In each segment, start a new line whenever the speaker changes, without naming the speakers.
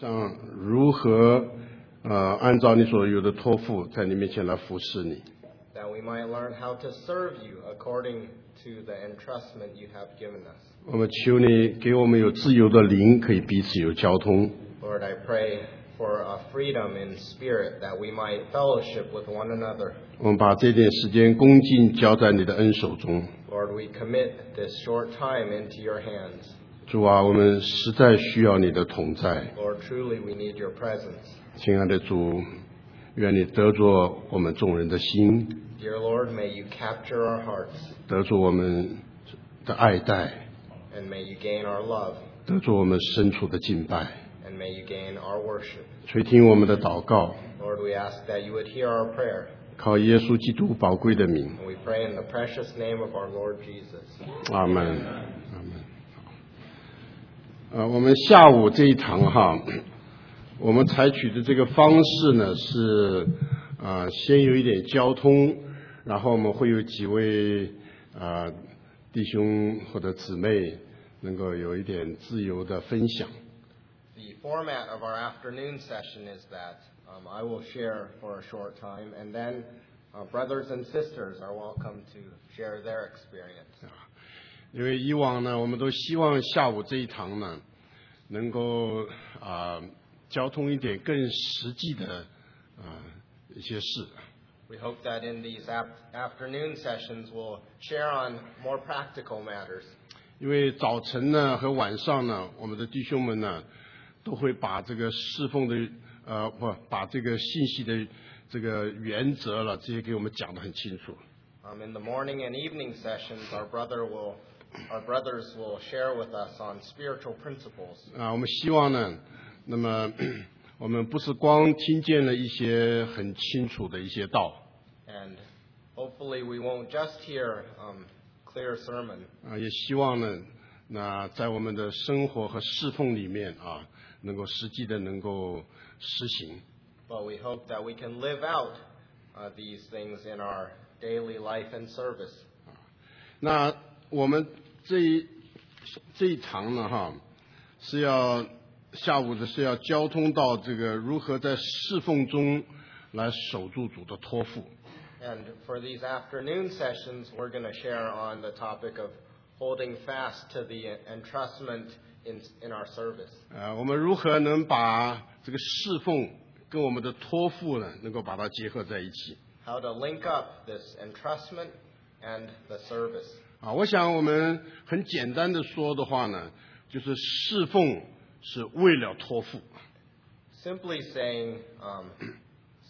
上如何呃按照你所有的托付，在你面前来服侍你。
that we might learn how to serve you according to the entrustment you have given us.
我们求你给我们有自由的灵，可以彼此有交通。
Lord, I pray for a freedom in spirit that we might fellowship with one another.
我们把这点时间恭敬交在你的恩手中，
Lord, we commit this short time into your hands.
主啊，我们实在需要你的同在，
Lord, truly we need your presence.
亲爱的主，愿你得着我们众人的心，
Dear Lord, may you capture our hearts
得着我们的爱戴，
and may you gain our love
得着我们深处的敬拜，
and may you gain our worship.
垂听我们的祷告，
Lord, we ask that you would hear our prayer
靠耶稣基督宝贵的名，
and we pray in the precious name of our Lord Jesus.
阿门，阿门。呃，我们下午这一堂哈，我们采取的这个方式呢是，呃，先有一点交通，然后我们会有几位啊、呃弟兄或者姊妹能够有一点自由的分享。
The format of our afternoon session is that um, I will share for a short time, and then uh, brothers and sisters are welcome to share their experience.
因为以往呢，我们都希望下午这一堂呢，能够啊、交通一点更实际的啊、一些事。
We hope that in these ap- afternoon sessions we'll share on more practical matters.
因为早晨呢和晚上呢，我们的弟兄们呢，都会把这个侍奉的呃不把这个信息的这个原则了，这些给我们讲得很清楚。
Um, in the morning and evening sessions, our brother will, our brothers will share with us on spiritual principles.
啊，我们希望呢，那么 我们不是光听见了一些很清楚的一些道
And hopefully, we won't just hear um, clear sermon,
啊，也希望呢，那在我们的生活和侍奉里面啊，能够实际的能够实行。
but we hope that we can live out uh, these things in our daily life and service.
那我们这一这一堂呢，哈，是要下午的是要交通到这个如何在侍奉中来守住主的托付。
And for these afternoon sessions, we're going to share on the topic of holding fast to the entrustment in, in our service.
呃，我们如何能把这个侍奉跟我们的托付呢，能够把它结合在一起？
How to link up this entrustment and the service.
啊，我想我们很简单的说的话呢，就是侍奉是为了托付，
Simply saying, um,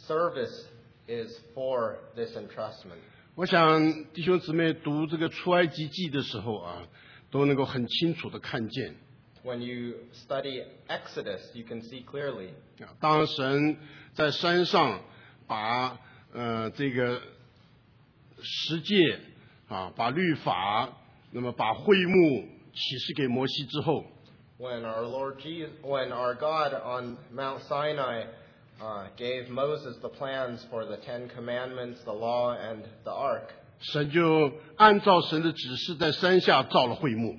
service is for this entrustment.
我想弟兄姊妹读这个出埃及记的时候啊，都能够很清楚的看见
When you study Exodus, you can see clearly
啊，当神在山上把呃这个十诫啊，把律法，那么把会幕启示给摩西之后，
when our Lord Jesus, when our God on Mount Sinai uh, gave Moses the plans for the Ten Commandments, the law, and the Ark.
神就按照神的指示在山下造了会幕，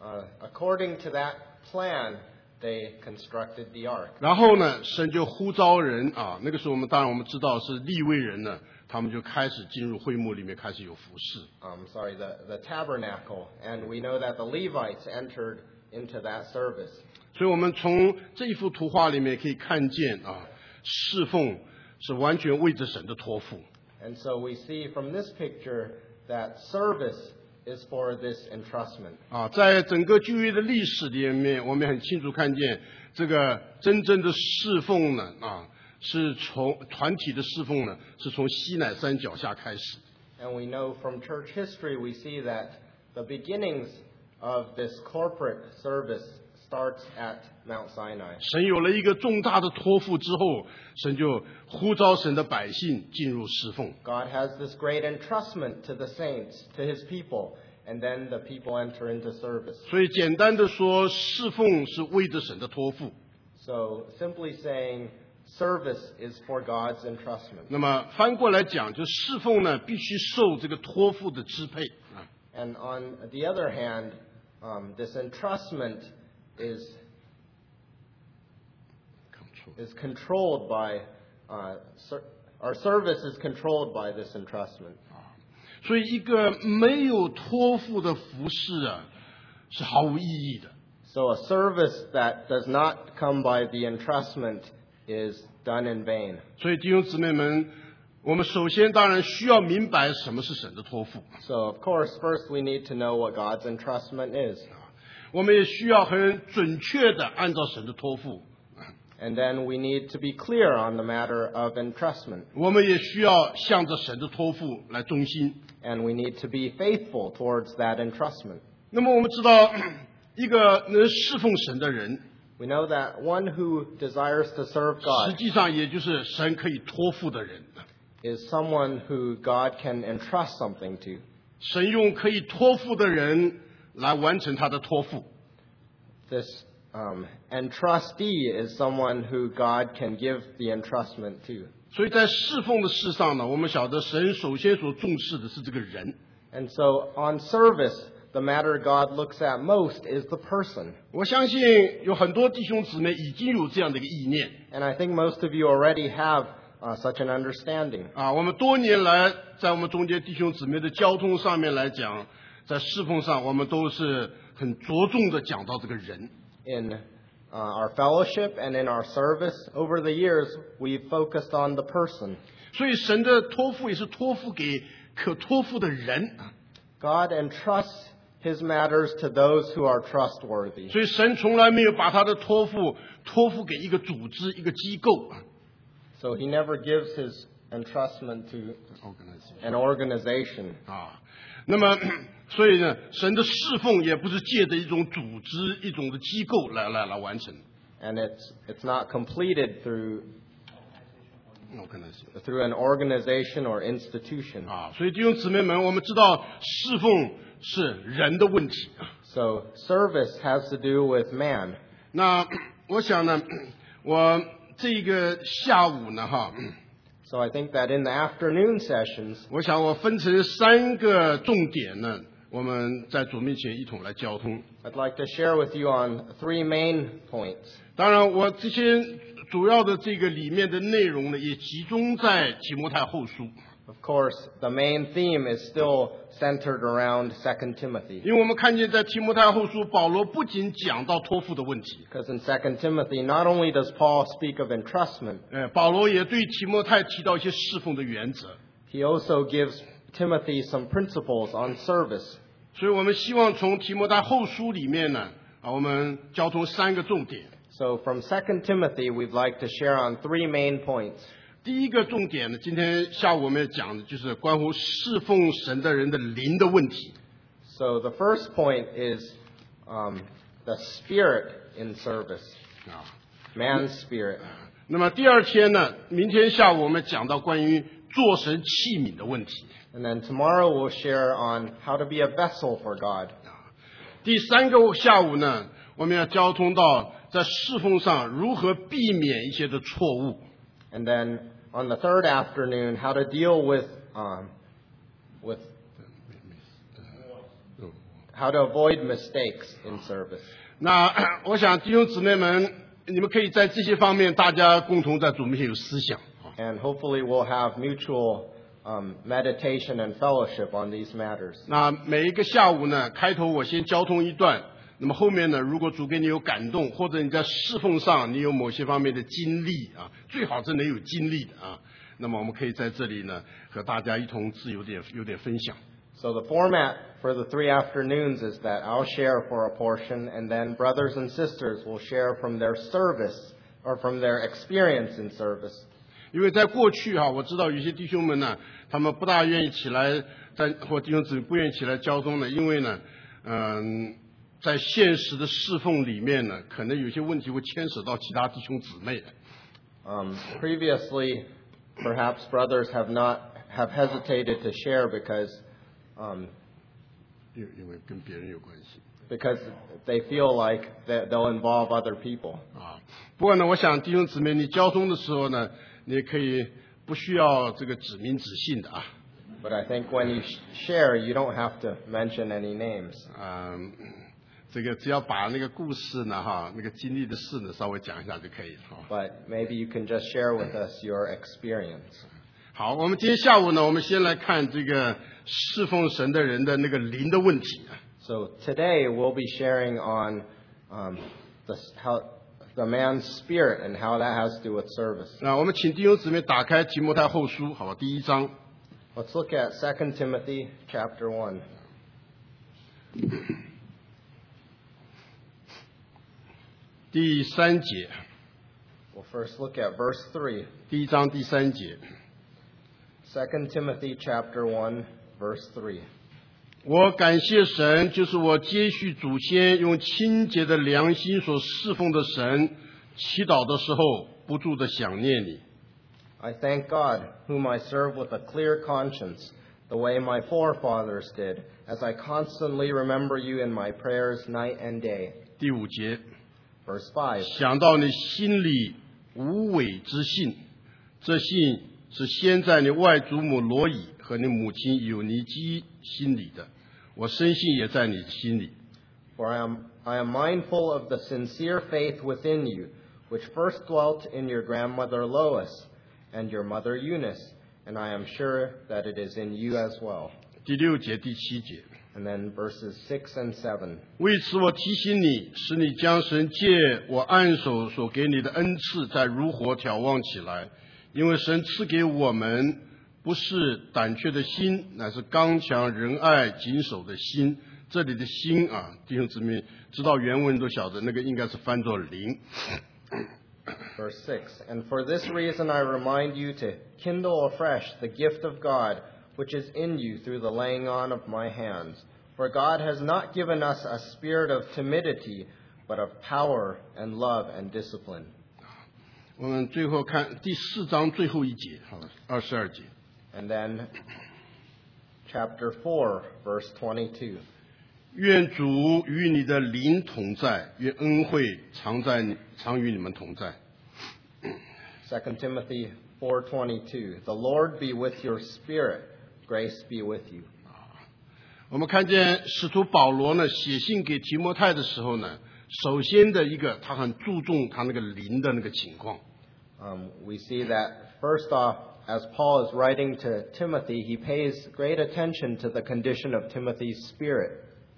Uh, according to that plan, they constructed the Ark.
然后呢，神就呼召人啊，那个时候我们当然我们知道是立位人呢，他们就开始进入会幕里面开始有服侍。
Um, sorry, the, the tabernacle, and we know that the Levites entered into that service.
所以我们从这一幅图画里面可以看见啊，侍奉是完全为着神的托付。
And so we see from this picture that service is for this entrustment.
啊，在整个旧约的历史里面，我们很清楚看见这个真正的侍奉呢，啊，是从团体的侍奉呢，是从西乃山脚下开始。
And we know from church history, we see that the beginnings of this corporate service starts at Mount Sinai.
神有了一个重大的托付之后，神就呼召神的百姓进入侍奉。
God has this great entrustment to the saints, to his people, and then the people enter into service.
所以简单的说，侍奉是为着神的托付。
So simply saying, service is for God's entrustment.
那么翻过来讲，就侍奉呢，必须受这个托付的支配啊。
And on the other hand, um, this entrustment is
错。
is controlled by, uh, ser- our service is controlled by this entrustment.
所以，一个没有托付的服饰啊，是毫无意义的。
So a service that does not come by the entrustment is done in vain.
所以，弟兄姊妹们，我们首先当然需要明白什么是神的托付，
So of course, first we need to know what God's entrustment is.
我们也需要很准确的按照神的托付，
And then we need to be clear on the matter of entrustment.
我们也需要向着神的托付来忠心。
And we need to be faithful towards that entrustment.
那么，我们知道， 一个能侍奉神的人，
We know that one who desires to serve
实
God
际上也就是神可以托付的人。
is someone who God can entrust something to.
神用可以托付的人来完成他的托付。
This um, entrustee is someone who God can give the entrustment to.
所以在侍奉的事上呢，我们晓得神首先所重视的是这个人。
And so on service, the matter God looks at most is the person.
我相信有很多弟兄姊妹已经有这样的一个意念
And I think most of you already have uh, such an understanding.
啊。我们多年来在我们中间弟兄姊妹的交通上面来讲，在侍奉上我们都是很着重的讲到这个人。
in uh, our fellowship and in our service over the years, we've focused on the person.
所以神的托付也是托付给可托付的人。
God entrusts his matters to those who are trustworthy.
所以神从来没有把他的托付托付给一个组织、一个机构。啊
So he never gives his entrustment to
organization
an organization.
啊。那么，所以呢，神的侍奉也不是借着一种组织、一种的机构来来来完成。
And it's, it's not completed through,
我看到哦是
through an organization or institution.
啊，所以弟兄姊妹们，我们知道侍奉是人的问题。啊
So service has to do with man.
那我想呢，我这个下午呢，哈，
So I think that in the afternoon sessions,
我想我分成三个重点呢，我们在主面前一同来交通。
I'd like to share with you on three main points.
当然，我这些主要的这个里面的内容呢，也集中在提摩太后书，
Of course, the main theme is still centered around 2 Timothy.
因为我们看见在提摩太后书，保罗不仅讲到托付的问题，
Because in 2 Timothy, not only does Paul speak of entrustment,
呃，保罗也对提摩太提到一些侍奉的原则，
he also gives Timothy some principles on service.
所以我们希望从提摩太后书里面呢，啊，我们交通三个重点。
So from 2 Timothy, we'd like to share on three main points.
第一个重点呢，今天下午我们要讲的就是关乎侍奉神的人的灵的问题。
So the first point is um, the spirit in service,
啊
man's spirit.
那么第二天呢，明天下午我们讲到关于做神器皿的问题。
And then tomorrow we'll share on how to be a vessel for God.
第三个下午呢，我们要交通到在侍奉上如何避免一些的错误。
And then on the third afternoon, how to deal with um, with how to avoid mistakes in service.
那 我想弟兄姊妹们，你们可以在这些方面大家共同在主面前有思想啊。
And hopefully, we'll have mutual um, meditation and fellowship on these matters.
那每一个下午呢，开头我先交通一段，那么后面呢，如果主给你有感动，或者你在侍奉上你有某些方面的经历啊，最好是能有经历的啊。那么我们可以在这里呢，和大家一同自由点有点分享。
So the format for the three afternoons is that I'll share for a portion, and then brothers and sisters will share from their service or from their experience in service.
因为在过去哈、我知道有些弟兄们呢，他们不大愿意起来，在或弟兄姊妹不愿意起来交通呢，因为呢，嗯，在现实的侍奉里面呢，可能有些问题会牵扯到其他弟兄姊妹的。
Um, previously, perhaps brothers have not have hesitated to share because um,
因因为跟别人有关系
because they feel like that they'll involve other people.
啊。不过呢，我想弟兄姊妹，你交通的时候呢，你可以不需要这个指名指姓的啊。
But I think when you sh- share, you don't have to mention any names.
嗯，这个只要把那个故事呢，哈，那个经历的事呢，稍微讲一下就可以了。哈
But maybe you can just share with us your experience.
好，我们今天下午呢，我们先来看这个侍奉神的人的那个灵的问题啊。
So today we'll be sharing on um, the, how, the man's spirit and how that has to do with service.
那啊我们请弟兄姊妹打开提摩太后书，好吧，第一章。
Let's look at 2 Timothy chapter 1.
第三节，
We'll first look at verse 3.
第一章第三节，
2 Timothy chapter 1, verse 3.
我感谢神，就是我接续祖先用清洁的良心所侍奉的神，祈祷的时候不住的想念你。
I thank God, whom I serve with a clear conscience, the way my forefathers did, as I constantly remember you in my prayers night and day.
第五节，
Verse 5.
想到你心里无伪之信，这信是先在你外祖母罗以和你母亲有尼基心里的，我深信也在你心里。
For I am, I am mindful of the sincere faith within you, which first dwelt in your grandmother Lois and your mother Eunice, and I am sure that it is in you as well.
第六节、第七节，
And then verses 6 and 7.
为此我提醒你，使你将神借我按手所给你的恩赐再如火眺望起来，因为神赐给我们不是胆怯的心，乃是刚强仁爱谨守的心。这里的心啊，弟兄姊妹，知道原文都晓得，那个应该是翻作灵。
Verse 6 And for this reason I remind you to kindle afresh the gift of God, which is in you through the laying on of my hands. For God has not given us a spirit of timidity, but of power and love and discipline.
我们最后看第四章最后一节，好吧，二十二节。
And then chapter 4, verse 22.
愿主与你的灵同在，愿恩惠常在你常与你们同在。
2 Timothy 4:22 The Lord be with your spirit grace be with you
我们看见使徒保罗呢写信给提摩太的时候呢，首先的一个他很注重他那个灵的那个情况。
um, we see that first off as Paul is writing to Timothy he pays great attention to the condition of Timothy's spirit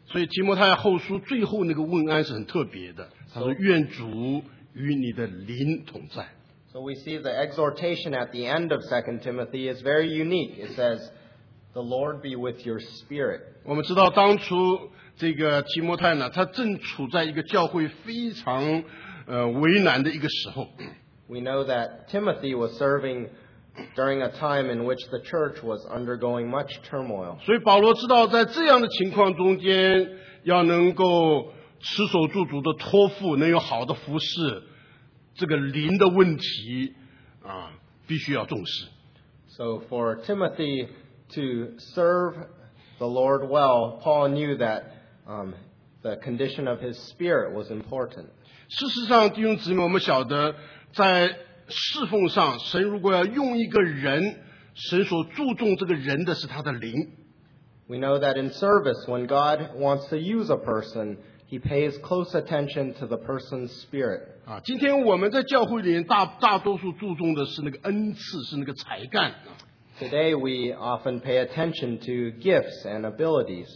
所以提摩太后书最后那个问安是很特别的，他说：“愿主与你的灵同在。
so we see the exhortation at the end of 2 Timothy is very unique it says the Lord be with your spirit ”
我们知道当初这个提摩太呢，他正处在一个教会非常呃为难的一个时候，
We know that Timothy was serving during a time in which the church was undergoing much turmoil.
所以保罗知道在这样的情况中间，要能够持守住主的托付，能有好的服饰，这个灵的问题啊，必须要重视。
So, for Timothy to serve the Lord well, Paul knew that um, the condition of his spirit was important.
事实上，弟兄姊妹，我们晓得，在侍奉上，神如果要用一个人，神所注重这个人的是他的灵。
We know that in service, when God wants to use a person, he pays close attention to the person's spirit.
啊，今天我们在教会里面大大多数注重的是那个恩赐，是那个才干啊。
Today, we often pay attention to gifts and abilities.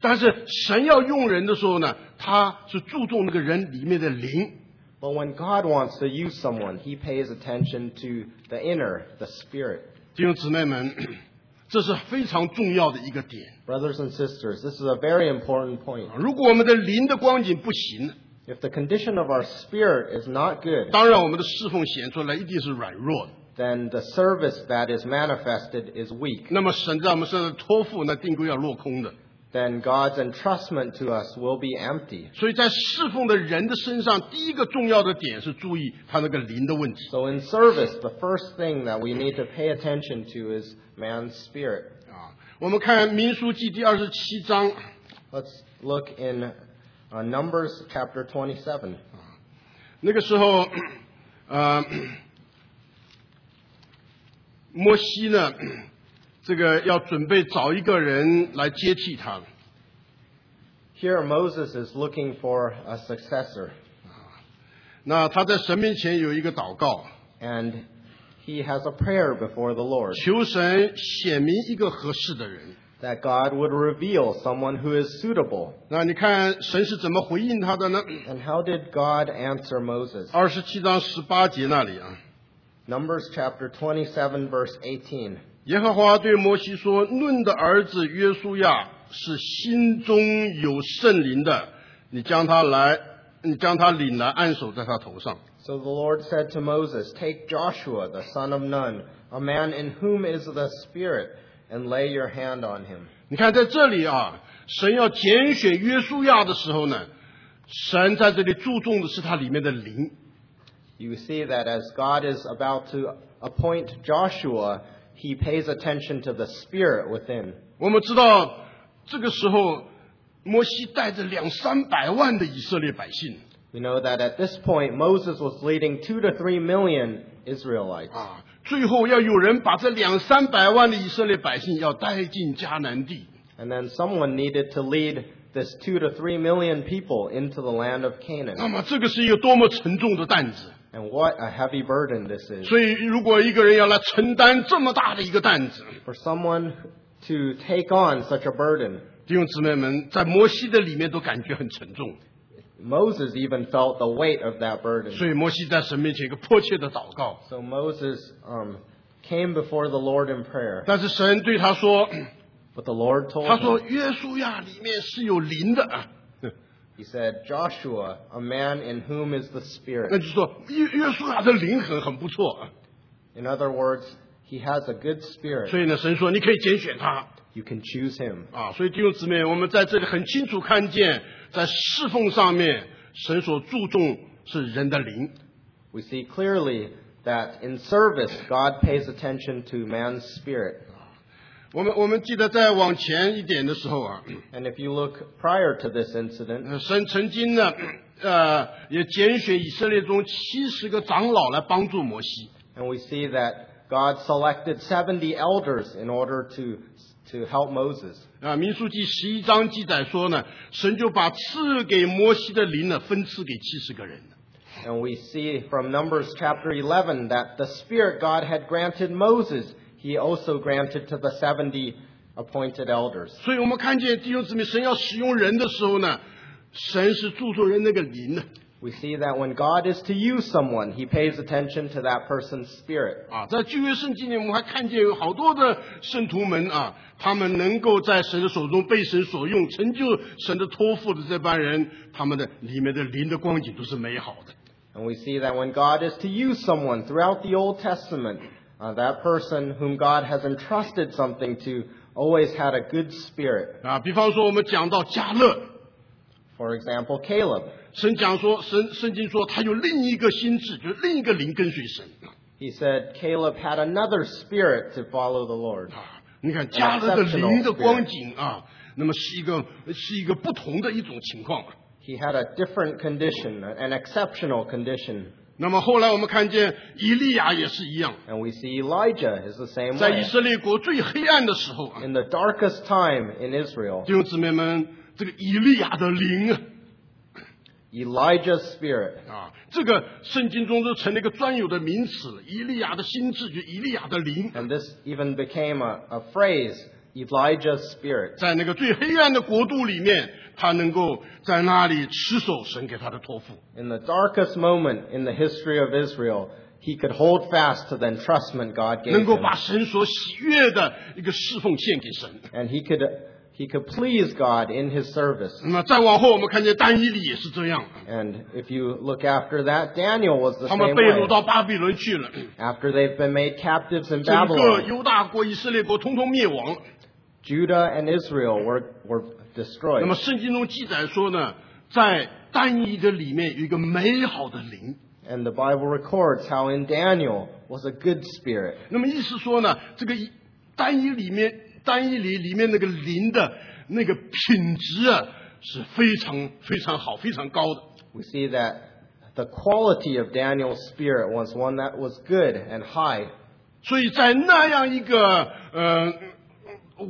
但是神要用人的时候呢，他是注重那个人里面的灵。
But when God wants to use someone, he pays attention to the inner, the spirit.
弟兄姊妹们， 这是非常重要的一个点。
Brothers and sisters, this is a very important point.
如果我们的灵的光景不行，
If the condition of our spirit is not good,
当然我们的侍奉显出来一定是软弱的。
then the service that is manifested is weak.
那么神在我们身上的托付，那定规要落空的。
Then God's entrustment to us will be empty.
所以在侍奉的人的身上，第一个重要的点是注意他那个灵的问题
So in service, the first thing that we need to pay attention to is man's spirit.
啊。我们看民书记第二十七章，
Let's look in uh, Numbers chapter 27.
那个时候，呃，摩西呢，这个要准备找一个人来接替他了。
Here, Moses is looking for a successor,
那他在神面前有一个祷告，
and he has a prayer before the Lord
求神显明一个合适的人。
that God would reveal someone who is suitable.
那你看神是怎么回应他的呢？
And how did God answer Moses?
二十七章十八节那里啊，
Numbers chapter 27, verse 18.
耶和华对摩西说：“nun 的儿子约书亚是心中有圣灵的，你将他来，你将他领来，按手在他头上。
So the Lord said to Moses, Take Joshua, the son of Nun, a man in whom is the Spirit, and lay your hand on him. ”
你看在这里啊，神要拣选约书亚的时候呢，神在这里注重的是他里面的灵。
You see that as God is about to appoint Joshua, he pays attention to the Spirit within.
我们知道，这个时候摩西带着两三百万的以色列百姓
We know that at this point, Moses was leading two to three million Israelites.
啊，最后要有人把这两三百万的以色列百姓要带进迦南地。
And then someone needed to lead this two to three million people into the land of
那
Canaan.
么这个是一个多么沉重的担子！
And what a heavy burden this is.
所以，如果一个人要来承担这么大的一个担子，
For someone to take on such a burden,
弟兄姊妹们，在摩西的里面都感觉很沉重。
Moses even felt the weight of that burden.
所以，摩西在神面前有一个迫切的祷告，
So Moses um, came before the Lord in prayer.
但是神对他说
But the Lord：“
他
told
说
him,
约书亚里面是有灵的啊。”
He said, Joshua, a man in whom is the
那
Spirit.
就说约约书亚的灵很很不错啊，
In other words, he has a good spirit.
所以呢，神说你可以拣选他
You can choose him.
啊。所以弟兄姊妹，我们在这里很清楚看见，在侍奉上面，神所注重是人的灵。
We see clearly that in service, God pays attention to man's spirit.
我们我们记得在往前一点的时候啊，
And if you look prior to this incident,
呃神曾经呢，呃，也拣选以色列中七十个长老来帮助摩西。
and we see that God selected 70 elders in order to, to help Moses.
啊，《民数记》十一章记载说呢，神就把赐给摩西的灵呢，分赐给七十个人。
And we see from Numbers chapter 11 that the Spirit God had granted Moses, he also granted to the 70 appointed elders.
所以我们看见弟兄姊妹，神要使用人的时候呢，神是注重人那个灵的
We see that when God is to use someone, he pays attention to that person's spirit.
啊。在旧约圣经里，我们还看见有好多的圣徒们啊，他们能够在神的手中被神所用，成就神的托付的这帮人，他们的里面的灵的光景都是美好的。
And we see that when God is to use someone throughout the Old Testament, uh, that person whom God has entrusted something to always had a good spirit.
啊，比方说我们讲到加勒，
For example, Caleb.
神讲说，神圣经说他有另一个心智，就是另一个灵跟随神
He said Caleb had another spirit to follow the Lord.
啊。你看加勒的灵的光景啊，那么是一个是一个不同的一种情况。啊
He had a different condition, an exceptional condition.
那么后来我们看见以利亚也是一样，
And we see Elijah is the same
在以
way.
色列国最黑暗的时候啊，
In the darkest time in Israel,
弟兄姊妹们，这个以利亚的灵啊
Elijah's spirit.
啊，这个圣经中都成了一个专有的名词了。以利亚的心智就以利亚的灵，
And this even became a, a phrase, Elijah's spirit.
在那个最黑暗的国度里面，他能够在那里持守神给他的托付。
In the darkest moment in the history of Israel, he could hold fast to the entrustment God gave
能够
him.
把神所喜悦的一个侍奉献给神。
And he could, he could please God in his service.
那么再往后，我们看见但以理也是这样，
And if you look after that, Daniel was the
他
same
们被掳
way.
到巴比伦去了，
After they've been made captives
整
in
个
Babylon,
犹大国、以色列国通通灭亡了。
Judah and Israel were, were
那么
destroyed.
圣经中记载说呢，在单一的里面有一个美好的灵。
And the Bible records how in Daniel was a good spirit.
那么意思说呢，这个一单一里面单一里里面那个灵的那个品质啊，是非常非常好、非常高的。
We see that the quality of Daniel's spirit was one that was good and high.
所以在那样一个呃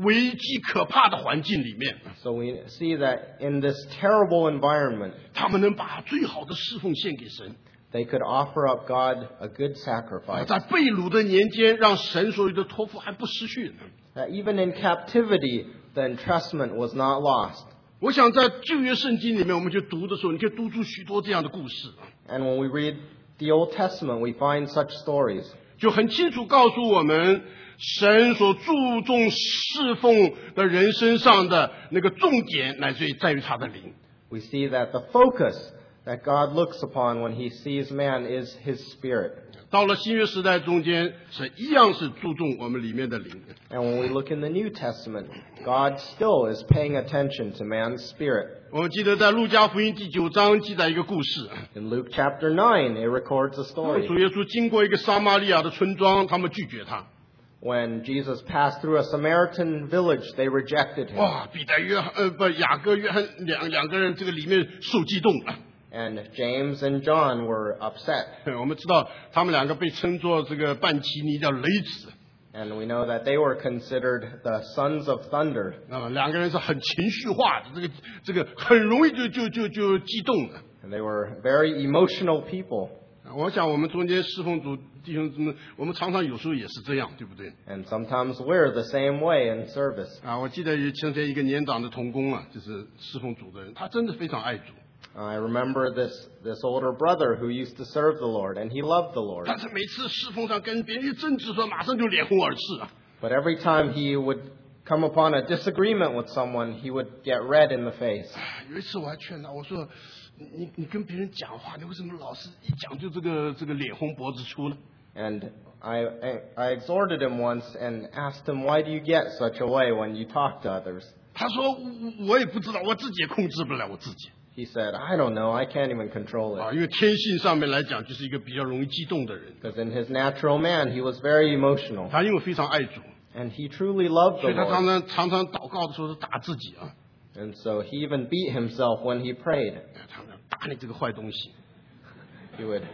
危机可怕的环境里面，
So we see that in this terrible environment,
他们能把最好的侍奉献给神。
they could offer up God a
啊
good sacrifice.
在被掳的年间，让神所有的托付还不失去。
That even in captivity, the entrustment was not lost.
我想在旧约圣经里面，我们去读的时候，你可以读出许多这样的故事，啊
And when we read the Old Testament, we find such stories.
就很清楚告诉我们，神所注重侍奉的人身上的那个重点，乃至于在于他的灵。
We see that the focus that God looks upon when he sees man is his spirit.
到了新约时代中间，神一样是注重我们里面的灵。
And when we look in the New Testament, God still is paying attention to man's spirit.
我们记得在路加福音第九章记载一个故事，啊
In Luke chapter 9, it records
主
a story
耶稣经过一个撒玛利亚的村庄，他们拒绝他。
when Jesus passed through a Samaritan village, they rejected him.
哇，彼得约翰呃不雅各约翰两两个人这个里面受激动了。
And James and John were upset.
我们知道他们两个被称作这个半奇尼叫雷子
And we know that they were considered the sons of thunder.
啊、两个人是很情绪化的，这个这个很容易就就就就激动的。
And they were very emotional people.
啊我想我们中间侍奉主弟兄姊妹，我们常常有时候也是这样，对不对？
And sometimes we're the same way in service.
啊，我记得有前天一个年长的童工啊，就是侍奉主的人，他真的非常爱主，
I remember this, this older brother who used to serve the Lord, and he loved the Lord.
但是每次侍奉上跟别人一争执的时候，马上就脸红耳赤啊。
But every time he would come upon a disagreement with someone, he would get red in the face.
有一次我还劝他，我说你你跟别人讲话，你为什么老是一讲就这个这个脸红脖子粗呢？
And I, I, I exhorted him once and asked him, Why do you get such a way when you talk to others?
他说我我也不知道，我自己也控制不了我自己
He said, I don't know, I can't even control it.
啊，因为天性上面来讲，就是一个比较容易激动的人。
Because in his natural man, he was very emotional.
他因为非常爱主，
And he truly loved the
所以他
Lord.
常常常常祷告的时候是打自己啊，
And so he even beat himself when he prayed.
他们打你这个坏东西。
He would,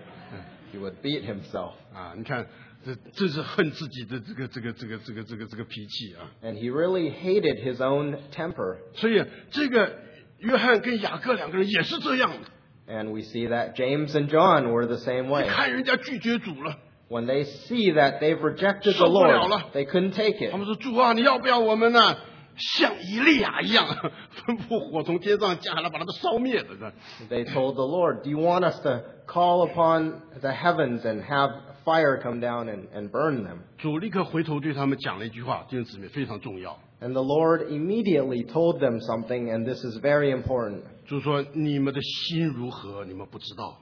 he would beat himself.
啊，你看，这这是恨自己的这个这个这个这个这个这个脾气啊。
And he really hated his own temper.
所以这个约翰跟雅各两个人也是这样的，
And we see that James and John were the same way.
看人家拒绝主了，
When they see that they've rejected the
受不了了。
Lord, they couldn't take it.
他们说主啊，你要不要我们呢？像以利亚一样，吩咐火从天上降下来，把他们烧灭了。是吧
They told the Lord, Do you want us to call upon the heavens and have fire come down and, and burn them?
主立刻回头对他们讲了一句话，弟兄姊妹非常重要。
And the Lord immediately told them something, and this is very important.
主说：“你们的心如何，你们不知道。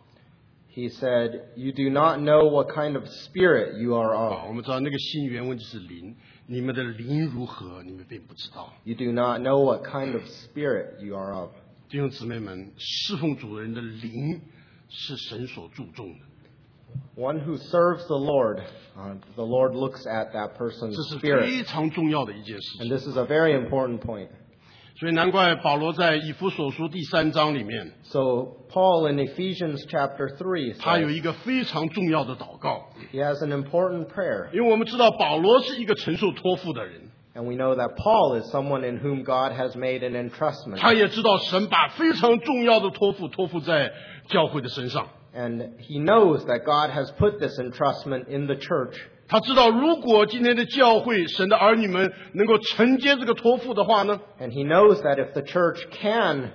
He said, You do not know what kind of spirit you are
啊，
of.
我们知道那个心原文就是灵，你们的灵如何，你们并不知道。
You do not know what kind of spirit you are of.
弟兄姊妹们，侍奉主人的灵是神所注重的，
One who serves the Lord, uh, the Lord looks at
这
that person's
是
spirit.
非常重要的一件事
And
情。
this is a very important point.
所以难怪保罗在以弗所书第三章里面，
So Paul in Ephesians chapter 3
他有
says
一个非常重要的祷告，
he has an important prayer.
因为我们知道保罗是一个承受托付的人，
And we know that Paul is someone in whom God has made an entrustment.
他也知道神把非常重要的托付托付在教会的身上。
And he knows that God has put this entrustment in the church.
他知道，如果今天的教会神的儿女们能够承接这个托付的话呢，
And he knows that if the church can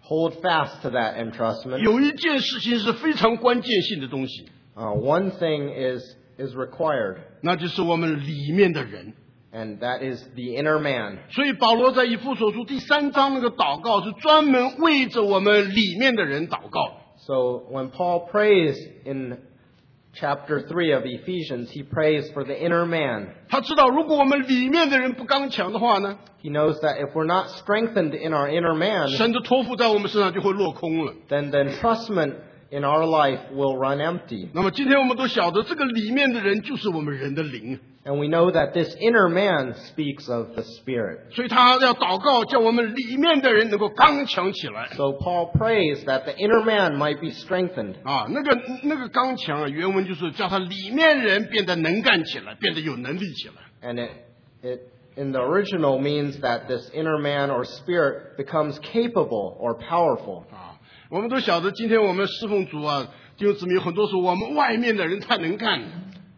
hold fast to that entrustment,
有一件事情是非常关键性的东西，
uh, one thing is, is required,
那就是我们里面的人。
and that is the inner man.
所以保罗在以弗所书第三章那个祷告是专门为着我们里面的人祷告。
So when Paul prays in chapter 3 of Ephesians, he prays for the inner man.
他知道，如果我们里面的人不刚强的话呢，
He knows that if we're not strengthened in our inner man,
神的托付在我们身上就会落空了。
then the entrustment in our life will run empty.
那么今天我们都晓得，这个里面的人就是我们人的灵，
And we know that this inner man speaks of the spirit.
所以他要祷告，叫我们里面的人能够刚强起来。
So Paul prays that the inner man might be strengthened.
啊，那个那个刚强啊，原文就是叫他里面人变得能干起来，变得有能力起来。
And it, it in the original means that this inner man or spirit becomes capable or powerful.
啊。我们都晓得，今天我们侍奉主啊，弟兄姊妹很多时候我们外面的人太能干了，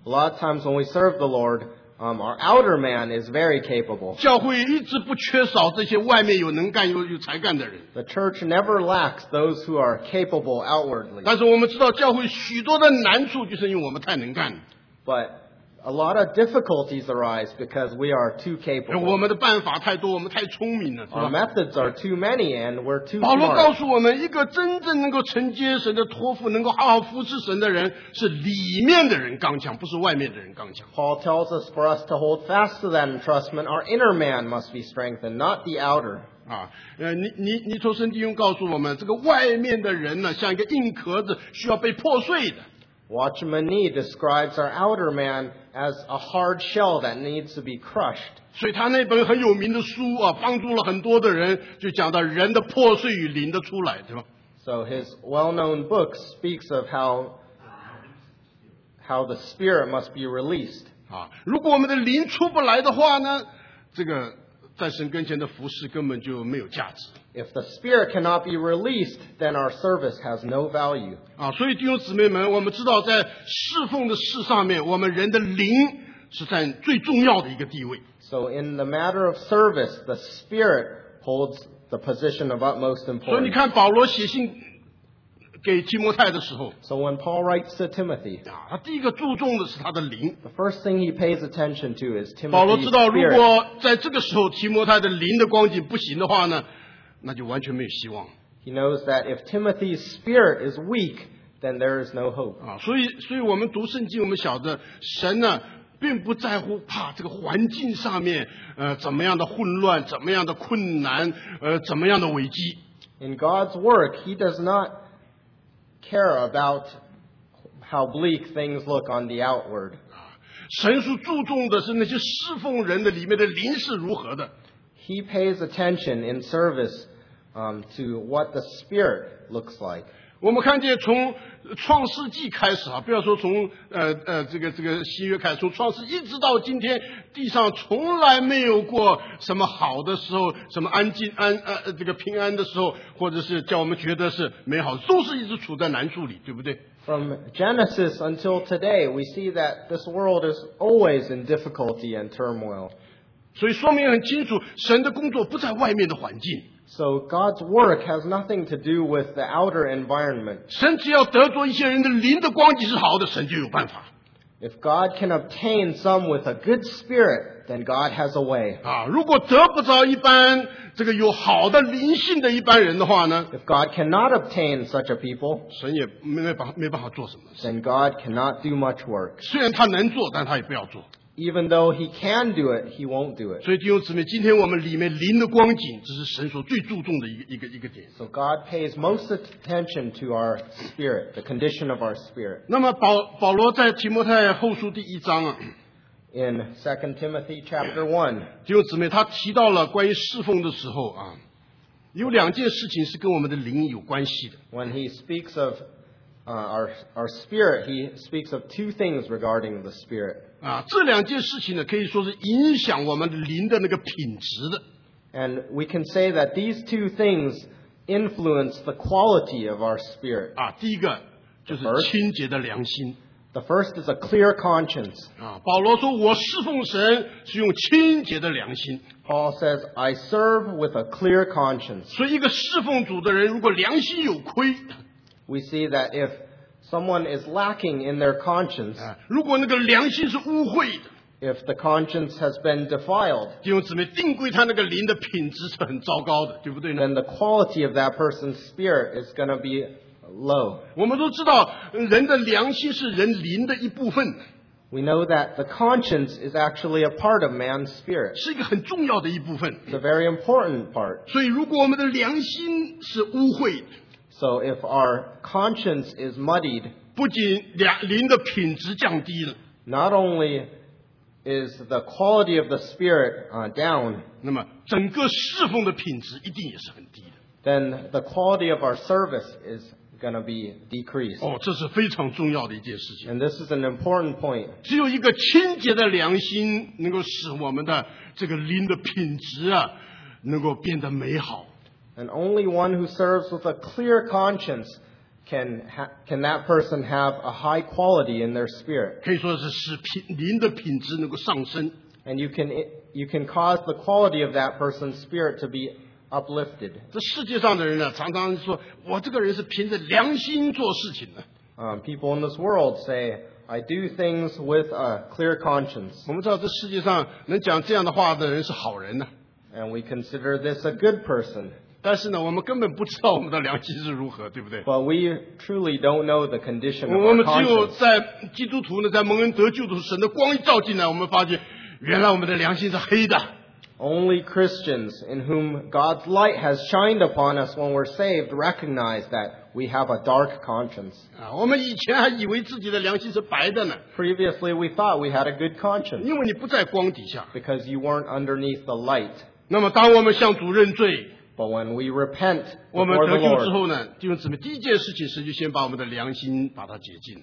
A lot of times when we serve the Lord, um, our outer man is very capable.
教会一直不缺少这些外面有能干有有才干的人。
The church never lacks those who are capable outwardly.
但是我们知道，教会许多的难处就是因为我们太能干了，
But a lot of difficulties arise because we are too
而我
capable.
们的办法太多，我们太聪明了，是
Our
吧？
methods are too many and we're
嗯
too
保罗告
smart.
诉我们，一个真正能够承接神的托付，能够好好服侍神的人，是里面的人刚强，不是外面的人刚强。
Paul tells us for us to hold fast to that entrustment, our inner man must be strengthened, not the outer.
啊，呃，尼尼尼托生弟兄告诉我们，这个外面的人呢，像一个硬壳子，需要被破碎的。
Watchman Nee describes our outer man as a hard shell that needs to be crushed.
所以他那本很有名的书啊，帮助了很多的人，就讲到人的破碎与灵的出来，对吧？
So his well-known book speaks of how how the spirit must be released.
啊，如果我们的灵出不来的话呢，这个在神跟前的服饰根本就没有价值
If the spirit cannot be released, then our service has no value.
啊。所以弟兄姊妹们，我们知道在侍奉的事上面，我们人的灵是占最重要的一个地位。
So in the matter of service, the spirit holds the position of utmost
所以你
importance.
看保罗写信给提摩太的时候
So when Paul writes to Timothy,
啊，他第一个注重的是他的灵。
the first thing he pays attention to is
保罗
Timothy's
知道，如
spirit.
果在这个时候提摩太的灵的光景不行的话呢，那就完全没有希望。
He knows that if Timothy's spirit is weak, then there is no hope.
啊，所以，所以我们读圣经，我们晓得神呢，并不在乎怕这个环境上面，呃，怎么样的混乱，怎么样的困难，呃，怎么样的危机。
In God's work, he does not care about how bleak things look on the outward.
神所注重的是那些侍奉人的里面的灵是如何的。
He pays attention in service um, to what the spirit looks like.
我们看见从创世纪开始啊，不要说从呃呃这个这个新约开始，从创世一直到今天，地上从来没有过什么好的时候，什么安静安呃呃这个平安的时候，或者是叫我们觉得是美好，都是一直处在难处里，对不对？
From Genesis until today, we see that this world is always in difficulty and turmoil.
所以说明很清楚，神的工作不在外面的环境，
So God's work has nothing to do with the outer environment.
神只要得着一些人的灵的光景是好的，神就有办法。
If God can obtain some with a good spirit, then God has a way.
啊，如果得不着一般这个有好的灵性的一般人的话呢，
If God cannot obtain such a people,
神也没没办没办法做什么。
then God cannot do much work.
虽然他能做，但他也不要做。
Even though he can do it, he won't do it.
所以弟兄姊妹，今天我们里面灵的光景，这是神所最注重的一个一个一个点。
So God pays most attention to our spirit, the condition of our spirit.
那么保保罗在提摩太后书第一章啊，
In 2 Timothy chapter 1,
弟兄姊妹，他提到了关于侍奉的时候啊，有两件事情是跟我们的灵有关系的。
when he speaks of uh, our, our spirit, he speaks of two things regarding the spirit.
啊，这两件事情呢，可以说是影响我们灵的那个品质的。
And we can say that these two things influence the quality of our spirit.
啊，第一个就是清洁的良心
The first is a clear conscience.
啊。保罗说：“我侍奉神是用清洁的良心。”
Paul says, I serve with a clear conscience.
所以，一个侍奉主的人，如果良心有亏，
We see that if someone is lacking in their conscience,
啊，如果那个良心是污秽的，
if the conscience has been defiled,
弟兄姊妹，定规他那个灵的品质是很糟糕的，对不对呢？
then the quality of that person's spirit is going to be low.
我们都知道，呃人的良心是人灵的一部分，
We know that the conscience is actually a part of man's spirit.
是一个很重要的一部分。
It's a very important part.
所以，如果我们的良心是污秽的，
So if our conscience is muddied,
不仅良灵的品质降低了，
not only is the quality of the spirit uh, down,
那么整个侍奉的品质一定也是很低的。
then the quality of our service is going to be decreased.
哦，这是非常重要的一件事情。
And this is an important point.
只有一个清洁的良心，能够使我们的这个灵的品质啊，能够变得美好。
And only one who serves with a clear conscience can, ha- can that person have a high quality in their spirit.
可以说是使品灵的品质能够上升。
And you can, you can cause the quality of that person's spirit to be uplifted.
这世界上的人呢，常常说我这个人是凭着良心做事情的。
Um, people in this world say, I do things with a clear conscience.
我们知道这世界上能讲这样的话的人是好人呢、啊
And we consider this a good person.
但是呢，我们根本不知道我们的良心是如何，对不对？
But we truly don't know the condition of
我
our
们只有
conscience.
在基督徒呢，在蒙恩得救的神的光一照进来，我们发觉原来我们的良心是黑的。
Only Christians in whom God's light has shined upon us when we're saved recognize that we have a dark conscience.
啊，我们以前还以为自己的良心是白的呢，
Previously, we thought we had a good conscience
因为你不在光底下。
because you weren't underneath the light.
那么，当我们向主认罪，
But when we repent
我们
before the
得救之
Lord,
后呢，弟兄姊妹，第一件事情，神就先把我们的良心把它洁净。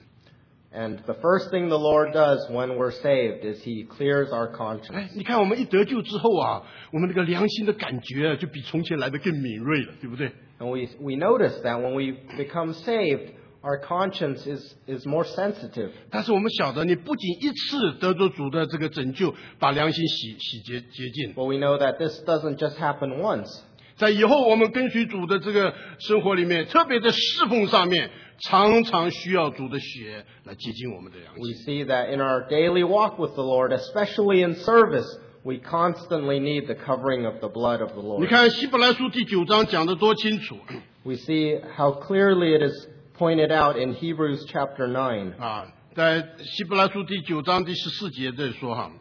and the first thing the Lord does when we're saved is He clears our conscience.
哎，你看我们一得救之后啊，我们那个良心的感觉啊就比从前来的更敏锐了，对不对？
And we, we notice that when we become saved, our conscience is, is more sensitive.
但是我们晓得，你不仅一次得着主的这个拯救，把良心洗洗洁洁净，
But we know that this doesn't just happen once.
在以后我们跟随主的这个生活里面，特别在侍奉上面，常常需要主的血来洁净我们的良心
We。see that in our daily walk with the Lord, especially in service, we constantly need the covering of the blood of the
你
Lord.
看《希伯来书》第九章讲得多清楚
We see how clearly it is pointed out in Hebrews chapter 9.
啊，在《希伯来书》第九章第十四节这里说哈，